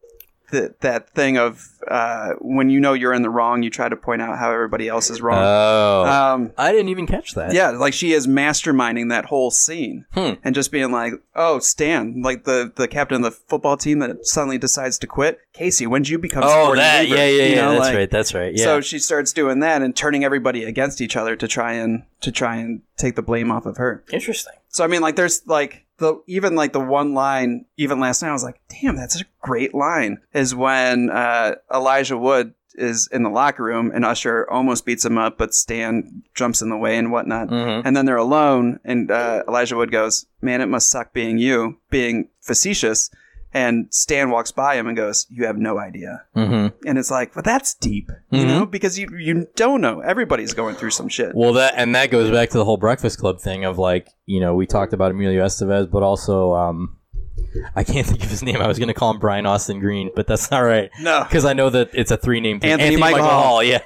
[SPEAKER 5] That, that thing of uh, when you know you're in the wrong, you try to point out how everybody else is wrong.
[SPEAKER 4] Oh.
[SPEAKER 5] um,
[SPEAKER 4] I didn't even catch that.
[SPEAKER 5] yeah, like she is masterminding that whole scene
[SPEAKER 4] Hmm.
[SPEAKER 5] and just being like, "Oh, Stan, like the the captain of the football team that suddenly decides to quit. Casey, when'd you become?
[SPEAKER 4] oh
[SPEAKER 5] sporting
[SPEAKER 4] that
[SPEAKER 5] leader?"
[SPEAKER 4] yeah yeah yeah
[SPEAKER 5] You know,
[SPEAKER 4] that's
[SPEAKER 5] like-
[SPEAKER 4] right that's right yeah
[SPEAKER 5] So she starts doing that and turning everybody against each other to try and to try and take the blame off of her.
[SPEAKER 4] interesting
[SPEAKER 5] So I mean, like, there's like the even like the one line. Even last night, I was like, "Damn, that's a great line." Is when uh, Elijah Wood is in the locker room and Usher almost beats him up, but Stan jumps in the way and whatnot.
[SPEAKER 4] Mhm.
[SPEAKER 5] And then they're alone, and uh, Elijah Wood goes, "Man, it must suck being you, being facetious." And Stan walks by him and goes, "You have no idea."
[SPEAKER 4] Mhm.
[SPEAKER 5] And it's like, "Well, that's deep, you
[SPEAKER 4] Mhm.
[SPEAKER 5] know, because you you don't know. Everybody's going through some shit."
[SPEAKER 4] Well, that and that goes back to the whole Breakfast Club thing of like, you know, we talked about Emilio Estevez, but also, um, I can't think of his name. I was going to call him Brian Austin Green, but that's not right.
[SPEAKER 5] No,
[SPEAKER 4] because I know that it's a three name thing.
[SPEAKER 5] Anthony Michael Hall.
[SPEAKER 4] Yeah,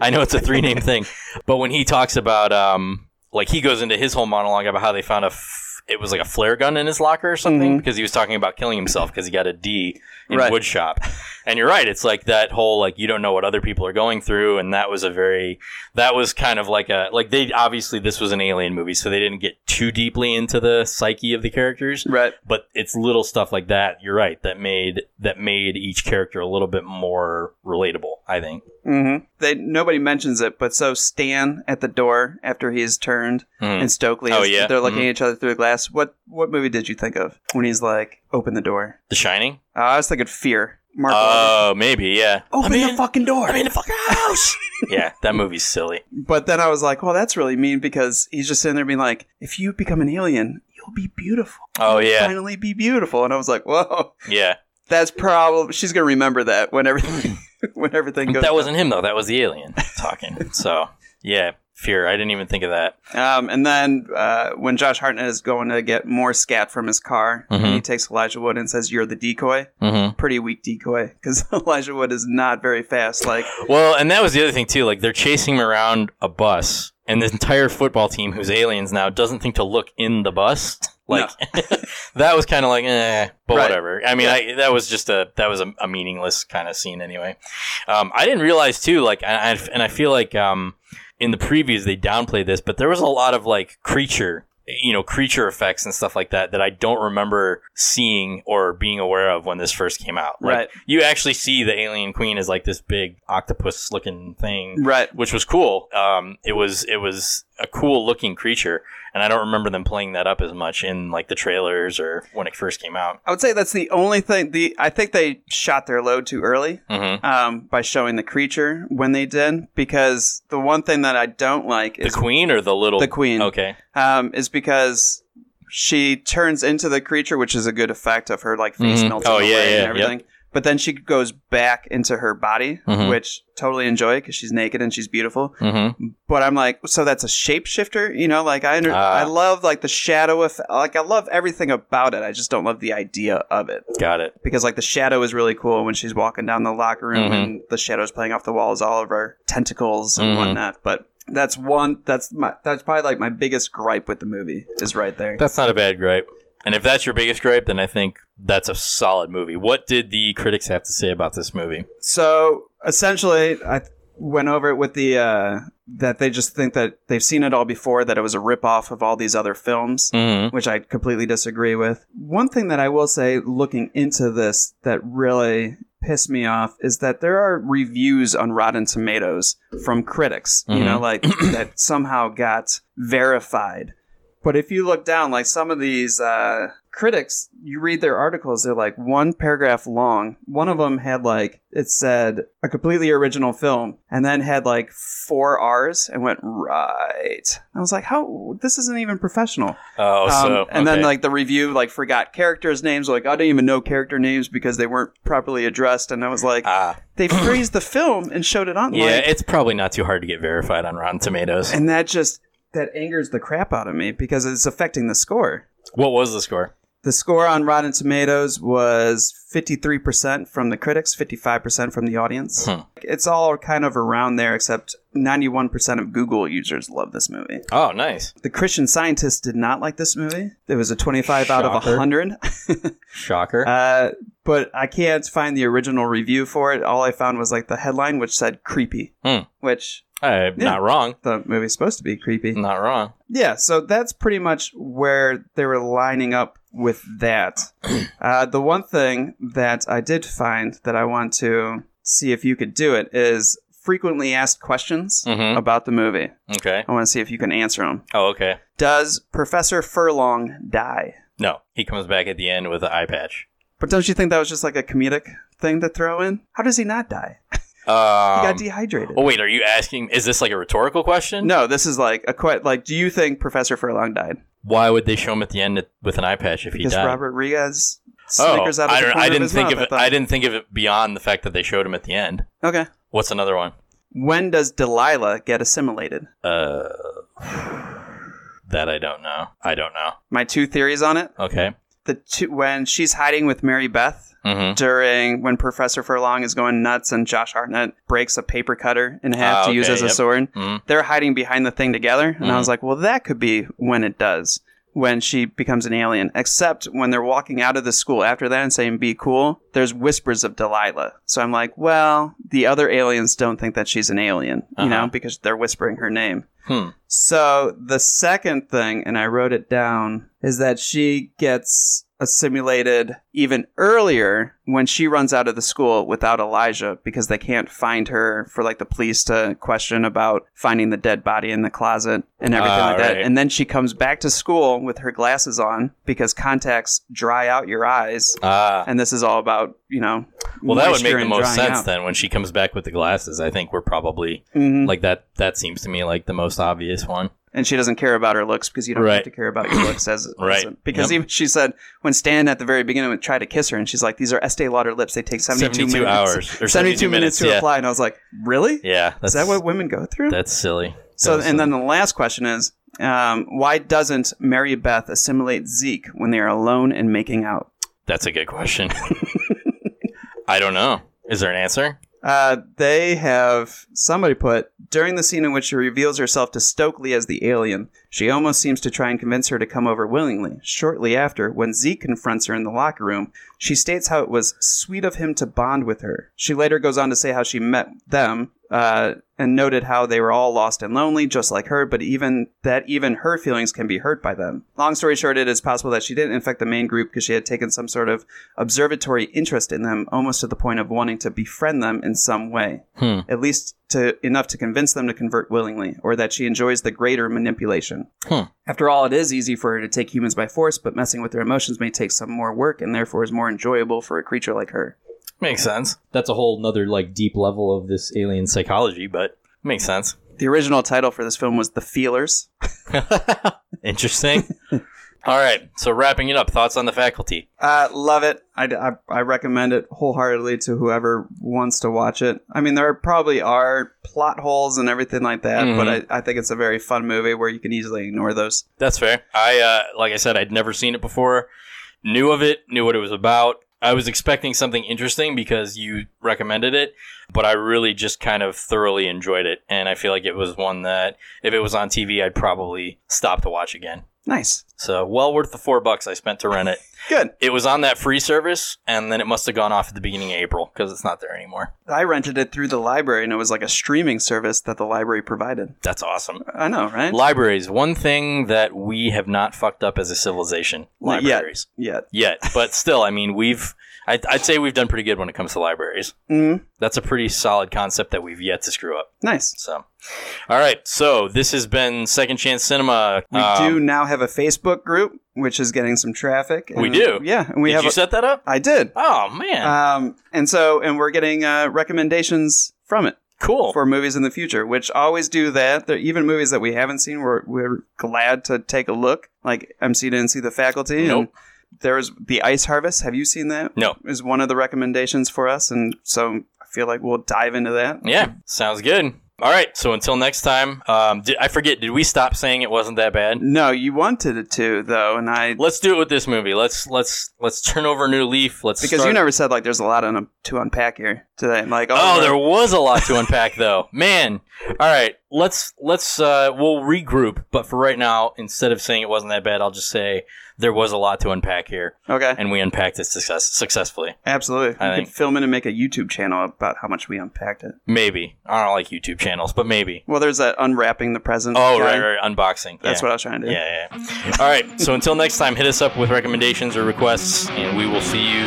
[SPEAKER 4] I know it's a three name thing. But when he talks about, um, like he goes into his whole monologue about how they found a, f- it was like a flare gun in his locker or something
[SPEAKER 5] Mhm.
[SPEAKER 4] because he was talking about killing himself because he got a D in
[SPEAKER 5] Right.
[SPEAKER 4] wood shop. And you're right. It's like that whole like you don't know what other people are going through, and that was a very that was kind of like a like they obviously this was an alien movie, so they didn't get too deeply into the psyche of the characters.
[SPEAKER 5] Right.
[SPEAKER 4] But it's little stuff like that. You're right. That made that made each character a little bit more relatable. I think.
[SPEAKER 5] Mm-hmm. They nobody mentions it, but so Stan at the door after he's turned,
[SPEAKER 4] Mhm.
[SPEAKER 5] and Stokely.
[SPEAKER 4] Oh,
[SPEAKER 5] is-
[SPEAKER 4] yeah.
[SPEAKER 5] they're looking
[SPEAKER 4] Mhm.
[SPEAKER 5] at each other through the glass. What what movie did you think of when he's like, "Open the door"?
[SPEAKER 4] The Shining.
[SPEAKER 5] Uh, I was thinking Fear. Mark. Wahlberg.
[SPEAKER 4] Oh, maybe yeah.
[SPEAKER 5] Open the fucking door. I Uh, mean,
[SPEAKER 4] the fucking house. yeah, that movie's silly.
[SPEAKER 5] But then I was like, well, that's really mean because he's just sitting there being like, if you become an alien, you'll be beautiful.
[SPEAKER 4] Oh yeah,
[SPEAKER 5] Finally be beautiful. And I was like, whoa,
[SPEAKER 4] yeah.
[SPEAKER 5] that's probably, she's going to remember that when everything, when everything goes.
[SPEAKER 4] That wasn't him though. That was the alien talking. so yeah, fear. I didn't even think of that.
[SPEAKER 5] Um, and then uh, when Josh Hartnett is going to get more scat from his car,
[SPEAKER 4] Mhm.
[SPEAKER 5] he takes Elijah Wood and says, "You're the decoy."
[SPEAKER 4] Mhm.
[SPEAKER 5] Pretty weak decoy because Elijah Wood is not very fast. Like,
[SPEAKER 4] Well, and that was the other thing too. Like they're chasing him around a bus, and the entire football team, who's aliens now, doesn't think to look in the bus. Like that was kind of like, eh, but
[SPEAKER 5] Right.
[SPEAKER 4] whatever. I mean, I, that was just a that was a, a meaningless kind of scene anyway. Um, I didn't realize too. Like, I, I, and I feel like um, in the previews they downplayed this, but there was a lot of like creature you know creature effects and stuff like that that I don't remember seeing or being aware of when this first came out. Like,
[SPEAKER 5] Right.
[SPEAKER 4] You actually see the alien queen as like this big octopus looking thing,
[SPEAKER 5] Right.
[SPEAKER 4] Which was cool. Um, it was it was a cool looking creature, and I don't remember them playing that up as much in like the trailers or when it first came out.
[SPEAKER 5] I would say that's the only thing. The I think they shot their load too early
[SPEAKER 4] Mhm.
[SPEAKER 5] um, by showing the creature when they did, because the one thing that I don't like
[SPEAKER 4] The
[SPEAKER 5] is
[SPEAKER 4] queen or the little
[SPEAKER 5] the queen.
[SPEAKER 4] Okay.
[SPEAKER 5] um, is because she turns into the creature, which is a good effect of her like face
[SPEAKER 4] Mhm.
[SPEAKER 5] melting
[SPEAKER 4] Oh,
[SPEAKER 5] away
[SPEAKER 4] yeah, yeah,
[SPEAKER 5] and
[SPEAKER 4] yep.
[SPEAKER 5] everything. But then she goes back into her body,
[SPEAKER 4] Mhm.
[SPEAKER 5] which totally enjoy because she's naked and she's beautiful.
[SPEAKER 4] Mm-hmm.
[SPEAKER 5] But I'm like, so that's a shapeshifter, you know? Like I, under-
[SPEAKER 4] Ah.
[SPEAKER 5] I love like the shadow of, like I love everything about it. I just don't love the idea of it
[SPEAKER 4] Got it.
[SPEAKER 5] because like the shadow is really cool when she's walking down the locker room
[SPEAKER 4] Mhm.
[SPEAKER 5] and the shadow's playing off the walls, all of her tentacles and
[SPEAKER 4] Mhm.
[SPEAKER 5] whatnot. But that's one. That's my. That's probably like my biggest gripe with the movie is right there.
[SPEAKER 4] That's not a bad gripe. And if that's your biggest gripe, then I think that's a solid movie. What did the critics have to say about this movie?
[SPEAKER 5] so essentially, I th- went over it with the uh, that they just think that they've seen it all before. That it was a ripoff of all these other films,
[SPEAKER 4] Mhm.
[SPEAKER 5] which I completely disagree with. One thing that I will say, looking into this, that really pissed me off is that there are reviews on Rotten Tomatoes from critics. You know,
[SPEAKER 16] Mhm.
[SPEAKER 5] like that somehow got verified. But if you look down, like some of these uh, critics, you read their articles, they're like one paragraph long. One of them had like, it said a completely original film and then had like four R's and went right. I was like, how? This isn't even professional.
[SPEAKER 4] Oh, so
[SPEAKER 5] Um, and then
[SPEAKER 4] okay.
[SPEAKER 5] like the review like forgot characters' names. Like I didn't even know character names because they weren't properly addressed. And I was like, they freeze the film and showed it online.
[SPEAKER 4] Ah. yeah, it's probably not too hard to get verified on Rotten Tomatoes.
[SPEAKER 5] and that just that angers the crap out of me because it's affecting the score.
[SPEAKER 4] What was the score?
[SPEAKER 5] The score on Rotten Tomatoes was 53% from the critics, 55% from the audience.
[SPEAKER 4] Hmm.
[SPEAKER 5] It's all kind of around there, except 91% of Google users love this movie.
[SPEAKER 4] Oh, nice.
[SPEAKER 5] The Christian Scientist did not like this movie. It was a 25 out of
[SPEAKER 4] Shocker.
[SPEAKER 5] 100.
[SPEAKER 4] Shocker.
[SPEAKER 5] Uh, but I can't find the original review for it. All I found was like the headline, which said creepy,
[SPEAKER 4] Hmm.
[SPEAKER 5] which.
[SPEAKER 4] Uh,
[SPEAKER 5] yeah,
[SPEAKER 4] Not wrong.
[SPEAKER 5] The movie's supposed to be creepy.
[SPEAKER 4] Not wrong.
[SPEAKER 5] Yeah, so that's pretty much where they were lining up with that. Uh, the one thing that I did find that I want to see if you could do it is frequently asked questions
[SPEAKER 4] Mhm.
[SPEAKER 5] about the movie.
[SPEAKER 4] Okay.
[SPEAKER 5] I want to see if you can answer them.
[SPEAKER 4] Oh, okay.
[SPEAKER 5] Does Professor Furlong die?
[SPEAKER 4] No, he comes back at the end with an eye patch.
[SPEAKER 5] But don't you think that was just like a comedic thing to throw in? How does he not die?
[SPEAKER 4] Um,
[SPEAKER 5] He got dehydrated.
[SPEAKER 4] Oh wait, are you asking? Is this like a rhetorical question?
[SPEAKER 5] No, this is like a que- like. Do you think Professor Furlong died?
[SPEAKER 4] Why would they show him at the end with an eye patch if
[SPEAKER 5] Because
[SPEAKER 4] he died?
[SPEAKER 5] Robert Riaz
[SPEAKER 4] oh,
[SPEAKER 5] snickers out of
[SPEAKER 4] I,
[SPEAKER 5] the
[SPEAKER 4] don't,
[SPEAKER 5] corner
[SPEAKER 4] I
[SPEAKER 5] of
[SPEAKER 4] didn't
[SPEAKER 5] his
[SPEAKER 4] think
[SPEAKER 5] mouth,
[SPEAKER 4] of
[SPEAKER 5] I
[SPEAKER 4] it.
[SPEAKER 5] thought.
[SPEAKER 4] I didn't think of it beyond the fact that they showed him at the end.
[SPEAKER 5] Okay.
[SPEAKER 4] What's another one?
[SPEAKER 5] When does Delilah get assimilated?
[SPEAKER 4] Uh, that I don't know. I don't know.
[SPEAKER 5] My two theories on it.
[SPEAKER 4] Okay.
[SPEAKER 5] The two, when she's hiding with Mary Beth
[SPEAKER 4] Mhm.
[SPEAKER 5] during when Professor Furlong is going nuts and Josh Hartnett breaks a paper cutter in half
[SPEAKER 4] Ah,
[SPEAKER 5] to use
[SPEAKER 4] okay,
[SPEAKER 5] as a
[SPEAKER 4] yep.
[SPEAKER 5] sword,
[SPEAKER 4] Mhm.
[SPEAKER 5] they're hiding behind the thing together. And I
[SPEAKER 4] Mhm.
[SPEAKER 5] was like, well, that could be when it does, when she becomes an alien. Except when they're walking out of the school after that and saying, be cool, there's whispers of Delilah. So I'm like, well, the other aliens don't think that she's an alien, you know,
[SPEAKER 4] Uh-huh.
[SPEAKER 5] because they're whispering her name.
[SPEAKER 4] Hmm.
[SPEAKER 5] So the second thing, and I wrote it down, is that she gets assimilated even earlier when she runs out of the school without Elijah because they can't find her for like the police to question about finding the dead body in the closet and everything
[SPEAKER 4] Ah,
[SPEAKER 5] like that.
[SPEAKER 4] right.
[SPEAKER 5] And then she comes back to school with her glasses on because contacts dry out your eyes.
[SPEAKER 4] Ah.
[SPEAKER 5] And this is all about, you know,
[SPEAKER 4] Well, that would make
[SPEAKER 5] moisture
[SPEAKER 4] the
[SPEAKER 5] and
[SPEAKER 4] most
[SPEAKER 5] drying
[SPEAKER 4] sense
[SPEAKER 5] out.
[SPEAKER 4] then when she comes back with the glasses. I think we're probably
[SPEAKER 5] Mhm.
[SPEAKER 4] like that. That seems to me like the most obvious one.
[SPEAKER 5] and she doesn't care about her looks because you don't have
[SPEAKER 4] Right.
[SPEAKER 5] to care about your looks as
[SPEAKER 4] Right.
[SPEAKER 5] as- because
[SPEAKER 4] Yep.
[SPEAKER 5] even she said when Stan at the very beginning would try to kiss her and she's like these are Estee Lauder lips they take 72,
[SPEAKER 4] 72
[SPEAKER 5] minutes
[SPEAKER 4] hours, or
[SPEAKER 5] 72
[SPEAKER 4] 72
[SPEAKER 5] minutes to
[SPEAKER 4] minutes, yeah.
[SPEAKER 5] apply and I was like really
[SPEAKER 4] Yeah.
[SPEAKER 5] is that what women go through
[SPEAKER 4] That's silly.
[SPEAKER 5] so
[SPEAKER 4] That's
[SPEAKER 5] and
[SPEAKER 4] silly.
[SPEAKER 5] then the last question is um, why doesn't Mary Beth assimilate Zeke when they are alone and making out
[SPEAKER 4] That's a good question. I don't know. Is there an answer?
[SPEAKER 5] Uh, they have somebody put during the scene in which she reveals herself to Stokely as the alien, she almost seems to try and convince her to come over willingly. Shortly after, when Zeke confronts her in the locker room, she states how it was sweet of him to bond with her. She later goes on to say how she met them uh, and noted how they were all lost and lonely, just like her, but even that even her feelings can be hurt by them. Long story short, it is possible that she didn't infect the main group because she had taken some sort of observatory interest in them, almost to the point of wanting to befriend them in some way.
[SPEAKER 4] Hmm.
[SPEAKER 5] At least to enough to convince them to convert willingly, or that she enjoys the greater manipulation.
[SPEAKER 4] Hmm.
[SPEAKER 5] After all, it is easy for her to take humans by force, but messing with their emotions may take some more work and therefore is more enjoyable for a creature like her.
[SPEAKER 4] Makes sense. That's a whole nother like deep level of this alien psychology, but makes sense.
[SPEAKER 5] The original title for this film was The Feelers.
[SPEAKER 4] Interesting. All right. So wrapping it up, thoughts on the faculty.
[SPEAKER 5] Uh, love it. I, I, I recommend it wholeheartedly to whoever wants to watch it. I mean, there probably are plot holes and everything like that,
[SPEAKER 4] Mhm.
[SPEAKER 5] but I, I think it's a very fun movie where you can easily ignore those.
[SPEAKER 4] That's fair. I uh, like I said, I'd never seen it before. Knew of it, knew what it was about. I was expecting something interesting because you recommended it, but I really just kind of thoroughly enjoyed it, and I feel like it was one that if it was on TV, I'd probably stop to watch again.
[SPEAKER 5] Nice.
[SPEAKER 4] So well worth the four bucks I spent to rent it.
[SPEAKER 5] Good.
[SPEAKER 4] It was on that free service, and then it must have gone off at the beginning of April because it's not there anymore.
[SPEAKER 5] I rented it through the library, and it was like a streaming service that the library provided.
[SPEAKER 4] That's awesome.
[SPEAKER 5] I know, right?
[SPEAKER 4] Libraries, one thing that we have not fucked up as a civilization.
[SPEAKER 5] Not yet.
[SPEAKER 4] Libraries.
[SPEAKER 5] Yet.
[SPEAKER 4] Yet. But still, I mean, we've, I, I'd say we've done pretty good when it comes to libraries.
[SPEAKER 5] Mhm.
[SPEAKER 4] That's a pretty solid concept that we've yet to screw up.
[SPEAKER 5] Nice.
[SPEAKER 4] So, all right. So this has been Second Chance Cinema.
[SPEAKER 5] We
[SPEAKER 4] Um,
[SPEAKER 5] do now have a Facebook group, which is getting some traffic.
[SPEAKER 4] We
[SPEAKER 5] and-
[SPEAKER 4] do.
[SPEAKER 5] Yeah, and we
[SPEAKER 4] Did
[SPEAKER 5] have.
[SPEAKER 4] you
[SPEAKER 5] a- uh,
[SPEAKER 4] set that up?
[SPEAKER 5] I did.
[SPEAKER 4] Oh man.
[SPEAKER 5] Um, and so, and we're getting uh, recommendations from it.
[SPEAKER 4] Cool.
[SPEAKER 5] For movies in the future, which always do that. There, even movies that we haven't seen, we're, we're glad to take a look. Like MC didn't see the faculty.
[SPEAKER 4] Nope.
[SPEAKER 5] And there was The Ice Harvest. Have you seen that?
[SPEAKER 4] No.
[SPEAKER 5] Is one of the recommendations for us. And so I feel like we'll dive into that.
[SPEAKER 4] Yeah, sounds good. All right. So until next time, um, did, I forget. Did we stop saying it wasn't that bad?
[SPEAKER 5] No, you wanted it to, though. And I.
[SPEAKER 4] Let's do it with this movie. Let's let's let's turn over a new leaf. Let's
[SPEAKER 5] Because you
[SPEAKER 4] start-
[SPEAKER 5] never said like there's a lot on to unpack here today. Like
[SPEAKER 4] Oh,
[SPEAKER 5] no.
[SPEAKER 4] there was a lot to unpack, though. Man. All right. Let's let's uh, we'll regroup. But for right now, instead of saying it wasn't that bad, I'll just say there was a lot to unpack here.
[SPEAKER 5] Okay.
[SPEAKER 4] And we unpacked it success successfully.
[SPEAKER 5] Absolutely.
[SPEAKER 4] I
[SPEAKER 5] you
[SPEAKER 4] think-
[SPEAKER 5] could film it and make a YouTube channel about how much we unpacked it.
[SPEAKER 4] Maybe I don't like YouTube channels, but maybe.
[SPEAKER 5] Well, there's that unwrapping the present.
[SPEAKER 4] Oh,
[SPEAKER 5] guy.
[SPEAKER 4] right, right, right, unboxing.
[SPEAKER 5] That's
[SPEAKER 4] Yeah.
[SPEAKER 5] what I was trying to do.
[SPEAKER 4] Yeah, yeah, yeah. All right. So until next time, hit us up with recommendations or requests, and we will see you,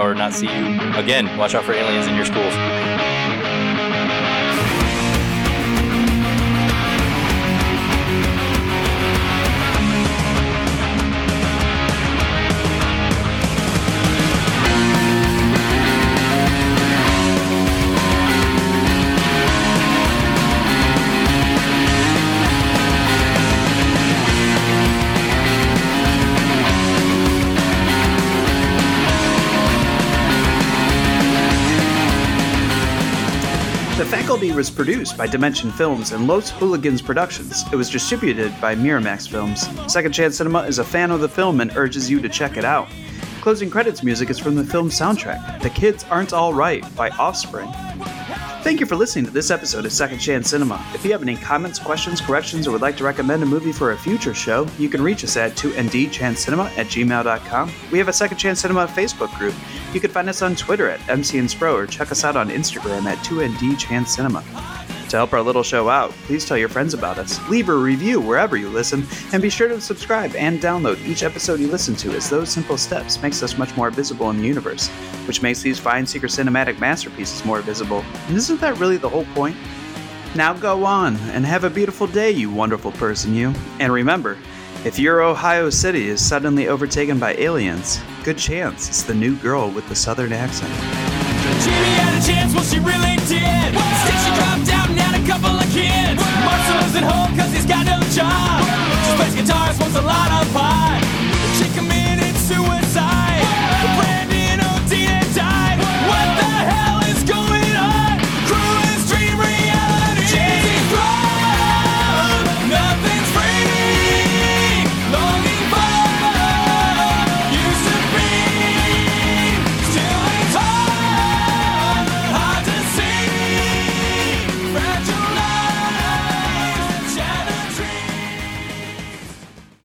[SPEAKER 4] or not see you, again. Watch out for aliens in your schools.
[SPEAKER 17] The Faculty was produced by Dimension Films and Los Hooligans Productions. It was distributed by Miramax Films. Second Chance Cinema is a fan of the film and urges you to check it out. Closing credits music is from the film soundtrack, The Kids Aren't All Right by Offspring. Thank you for listening to this episode of Second Chance Cinema. If you have any comments, questions, corrections, or would like to recommend a movie for a future show, you can reach us at 2ndchancecinema at gmail.com. We have a Second Chance Cinema Facebook group. You can find us on Twitter at mcnspro or check us out on Instagram at 2ndchancecinema. To help our little show out, please tell your friends about us, leave a review wherever you listen, and be sure to subscribe and download each episode you listen to, as those simple steps makes us much more visible in the universe, which makes these fine secret cinematic masterpieces more visible. And isn't that really the whole point? Now go on and have a beautiful day, you wonderful person, you. And remember, if your Ohio City is suddenly overtaken by aliens, good chance it's the new girl with the southern accent.
[SPEAKER 18] Jimmy had a chance, was